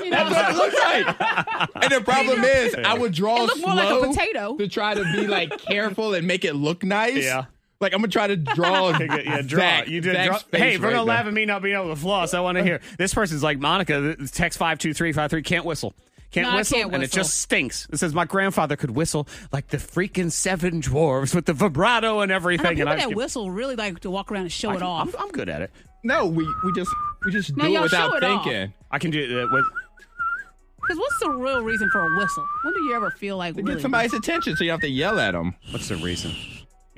You know? That's what it looks like. And the problem is, I would draw It looked slow more like a potato. to try to be like careful and make it look nice. Yeah. Like I'm gonna try to draw. Okay, good. Yeah, draw. Zach- you did Zach's draw. face Hey, if we're right gonna now. laugh at me not being able to floss. I want to hear. This person's like Monica. th- Text five two three five three. Can't whistle. Can't, No, I whistle, can't and it whistle. just stinks. It says my grandfather could whistle like the freaking seven dwarves with the vibrato I and know everything. people and I was that getting- whistle really like to walk around and show I it can- off. I'm, I'm good at it. No, we we just we just Now do it y'all show without it off. uh, thinking. I can do that with. Because what's the real reason for a whistle? When do you ever feel like to really get somebody's attention, so you don't have to yell at them. What's the reason?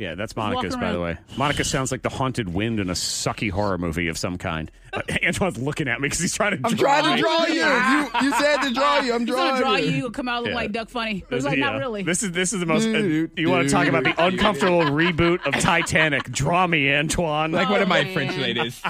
Yeah, that's walking Monica's, by the way. around. Monica sounds like the haunted wind in a sucky horror movie of some kind. Uh, Antoine's looking at me because he's trying to I'm draw trying to me. draw you. You, you said to draw you. I'm He's gonna drawing draw you. You'll come out look Yeah. like Duck Funny. It's This- like yeah. not really. This is this is the most. uh, you want do, to talk about the do, uncomfortable reboot of Titanic? Draw me, Antoine. Like one of my French ladies.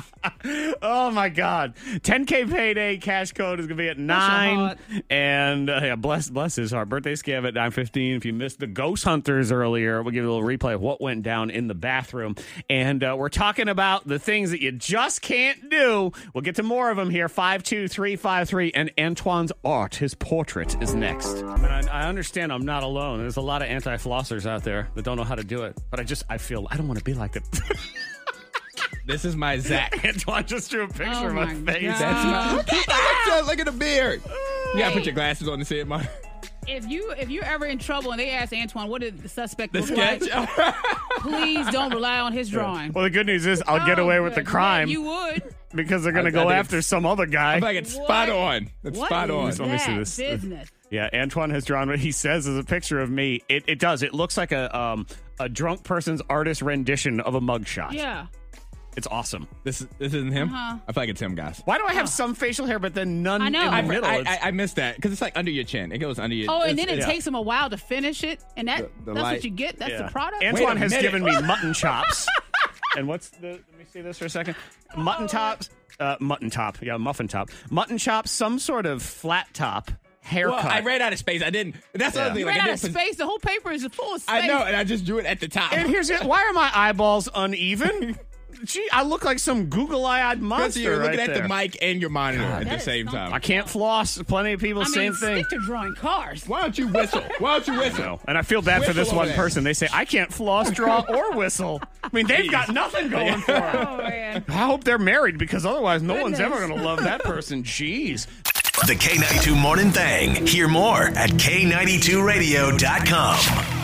oh my God! 10k payday cash code is gonna be at nine. And uh, yeah, bless bless his heart. Birthday scam at nine fifteen. If you missed the Ghost Hunters earlier, we'll give you a little replay of what went down in the bathroom. And uh, we're talking about the things that you just can't do. We'll get to more of them here. Five two three five three. And Antoine's art, his portrait, is next. I mean, I, I understand I'm not alone. There's a lot of anti flossers out there that don't know how to do it. But I just I feel I don't want to be like that. This is my Zach. Antoine just drew a picture Oh of my, my face. God. That's my- Look at that! Look at the beard. You gotta put your glasses on to see it, Monica. If you if you're ever in trouble and they ask Antoine what did the suspect The look sketch. like, please don't rely on his drawing. Well, the good news is I'll get Oh, away with the good. crime Yeah, you would. because they're going I- to I go think after some other guy. I think it's spot on. It's What spot is on. Let me see that this. Business. Yeah, Antoine has drawn what he says is a picture of me. It, it does. It looks like a um, a drunk person's artist rendition of a mugshot. Yeah. It's awesome. This this isn't him. Uh-huh. I feel like it's him, guys. Why do I have some facial hair but then none I know. in the I- middle? I, It's- I, I missed that because it's like under your chin. It goes under your. Oh, and then it's- it yeah. takes him a while to finish it, and that The- the that's light- what you get. That's Yeah. the product. Antoine a has minute. given me mutton chops. and what's the? Let me see this for a second. Mutton Oh. tops. Uh, mutton top. Yeah, muffin top. Mutton chops. Some sort of flat top Well, haircut. I ran out of space. I didn't. That's the Yeah. other thing. You Like, ran I out of didn't space. The whole paper is full of space. I know, and I just drew it at the top. and here's it. Why are my eyeballs uneven? Gee, I look like some googly-eyed Because monster you're right looking at there. the mic and your monitor at that the is same something. I time. can't floss. Plenty of people, I mean, same thing. stick to drawing cars. Why don't you whistle? Why don't you whistle? No. And I feel bad for Whistle this over one there. person. They say I can't floss, draw, or whistle. I mean, they've got nothing going for them. Oh man. I hope they're married because otherwise, no one's Goodness. ever going to love that person. Jeez. The K92 Morning Thang. Hear more at K92Radio.com.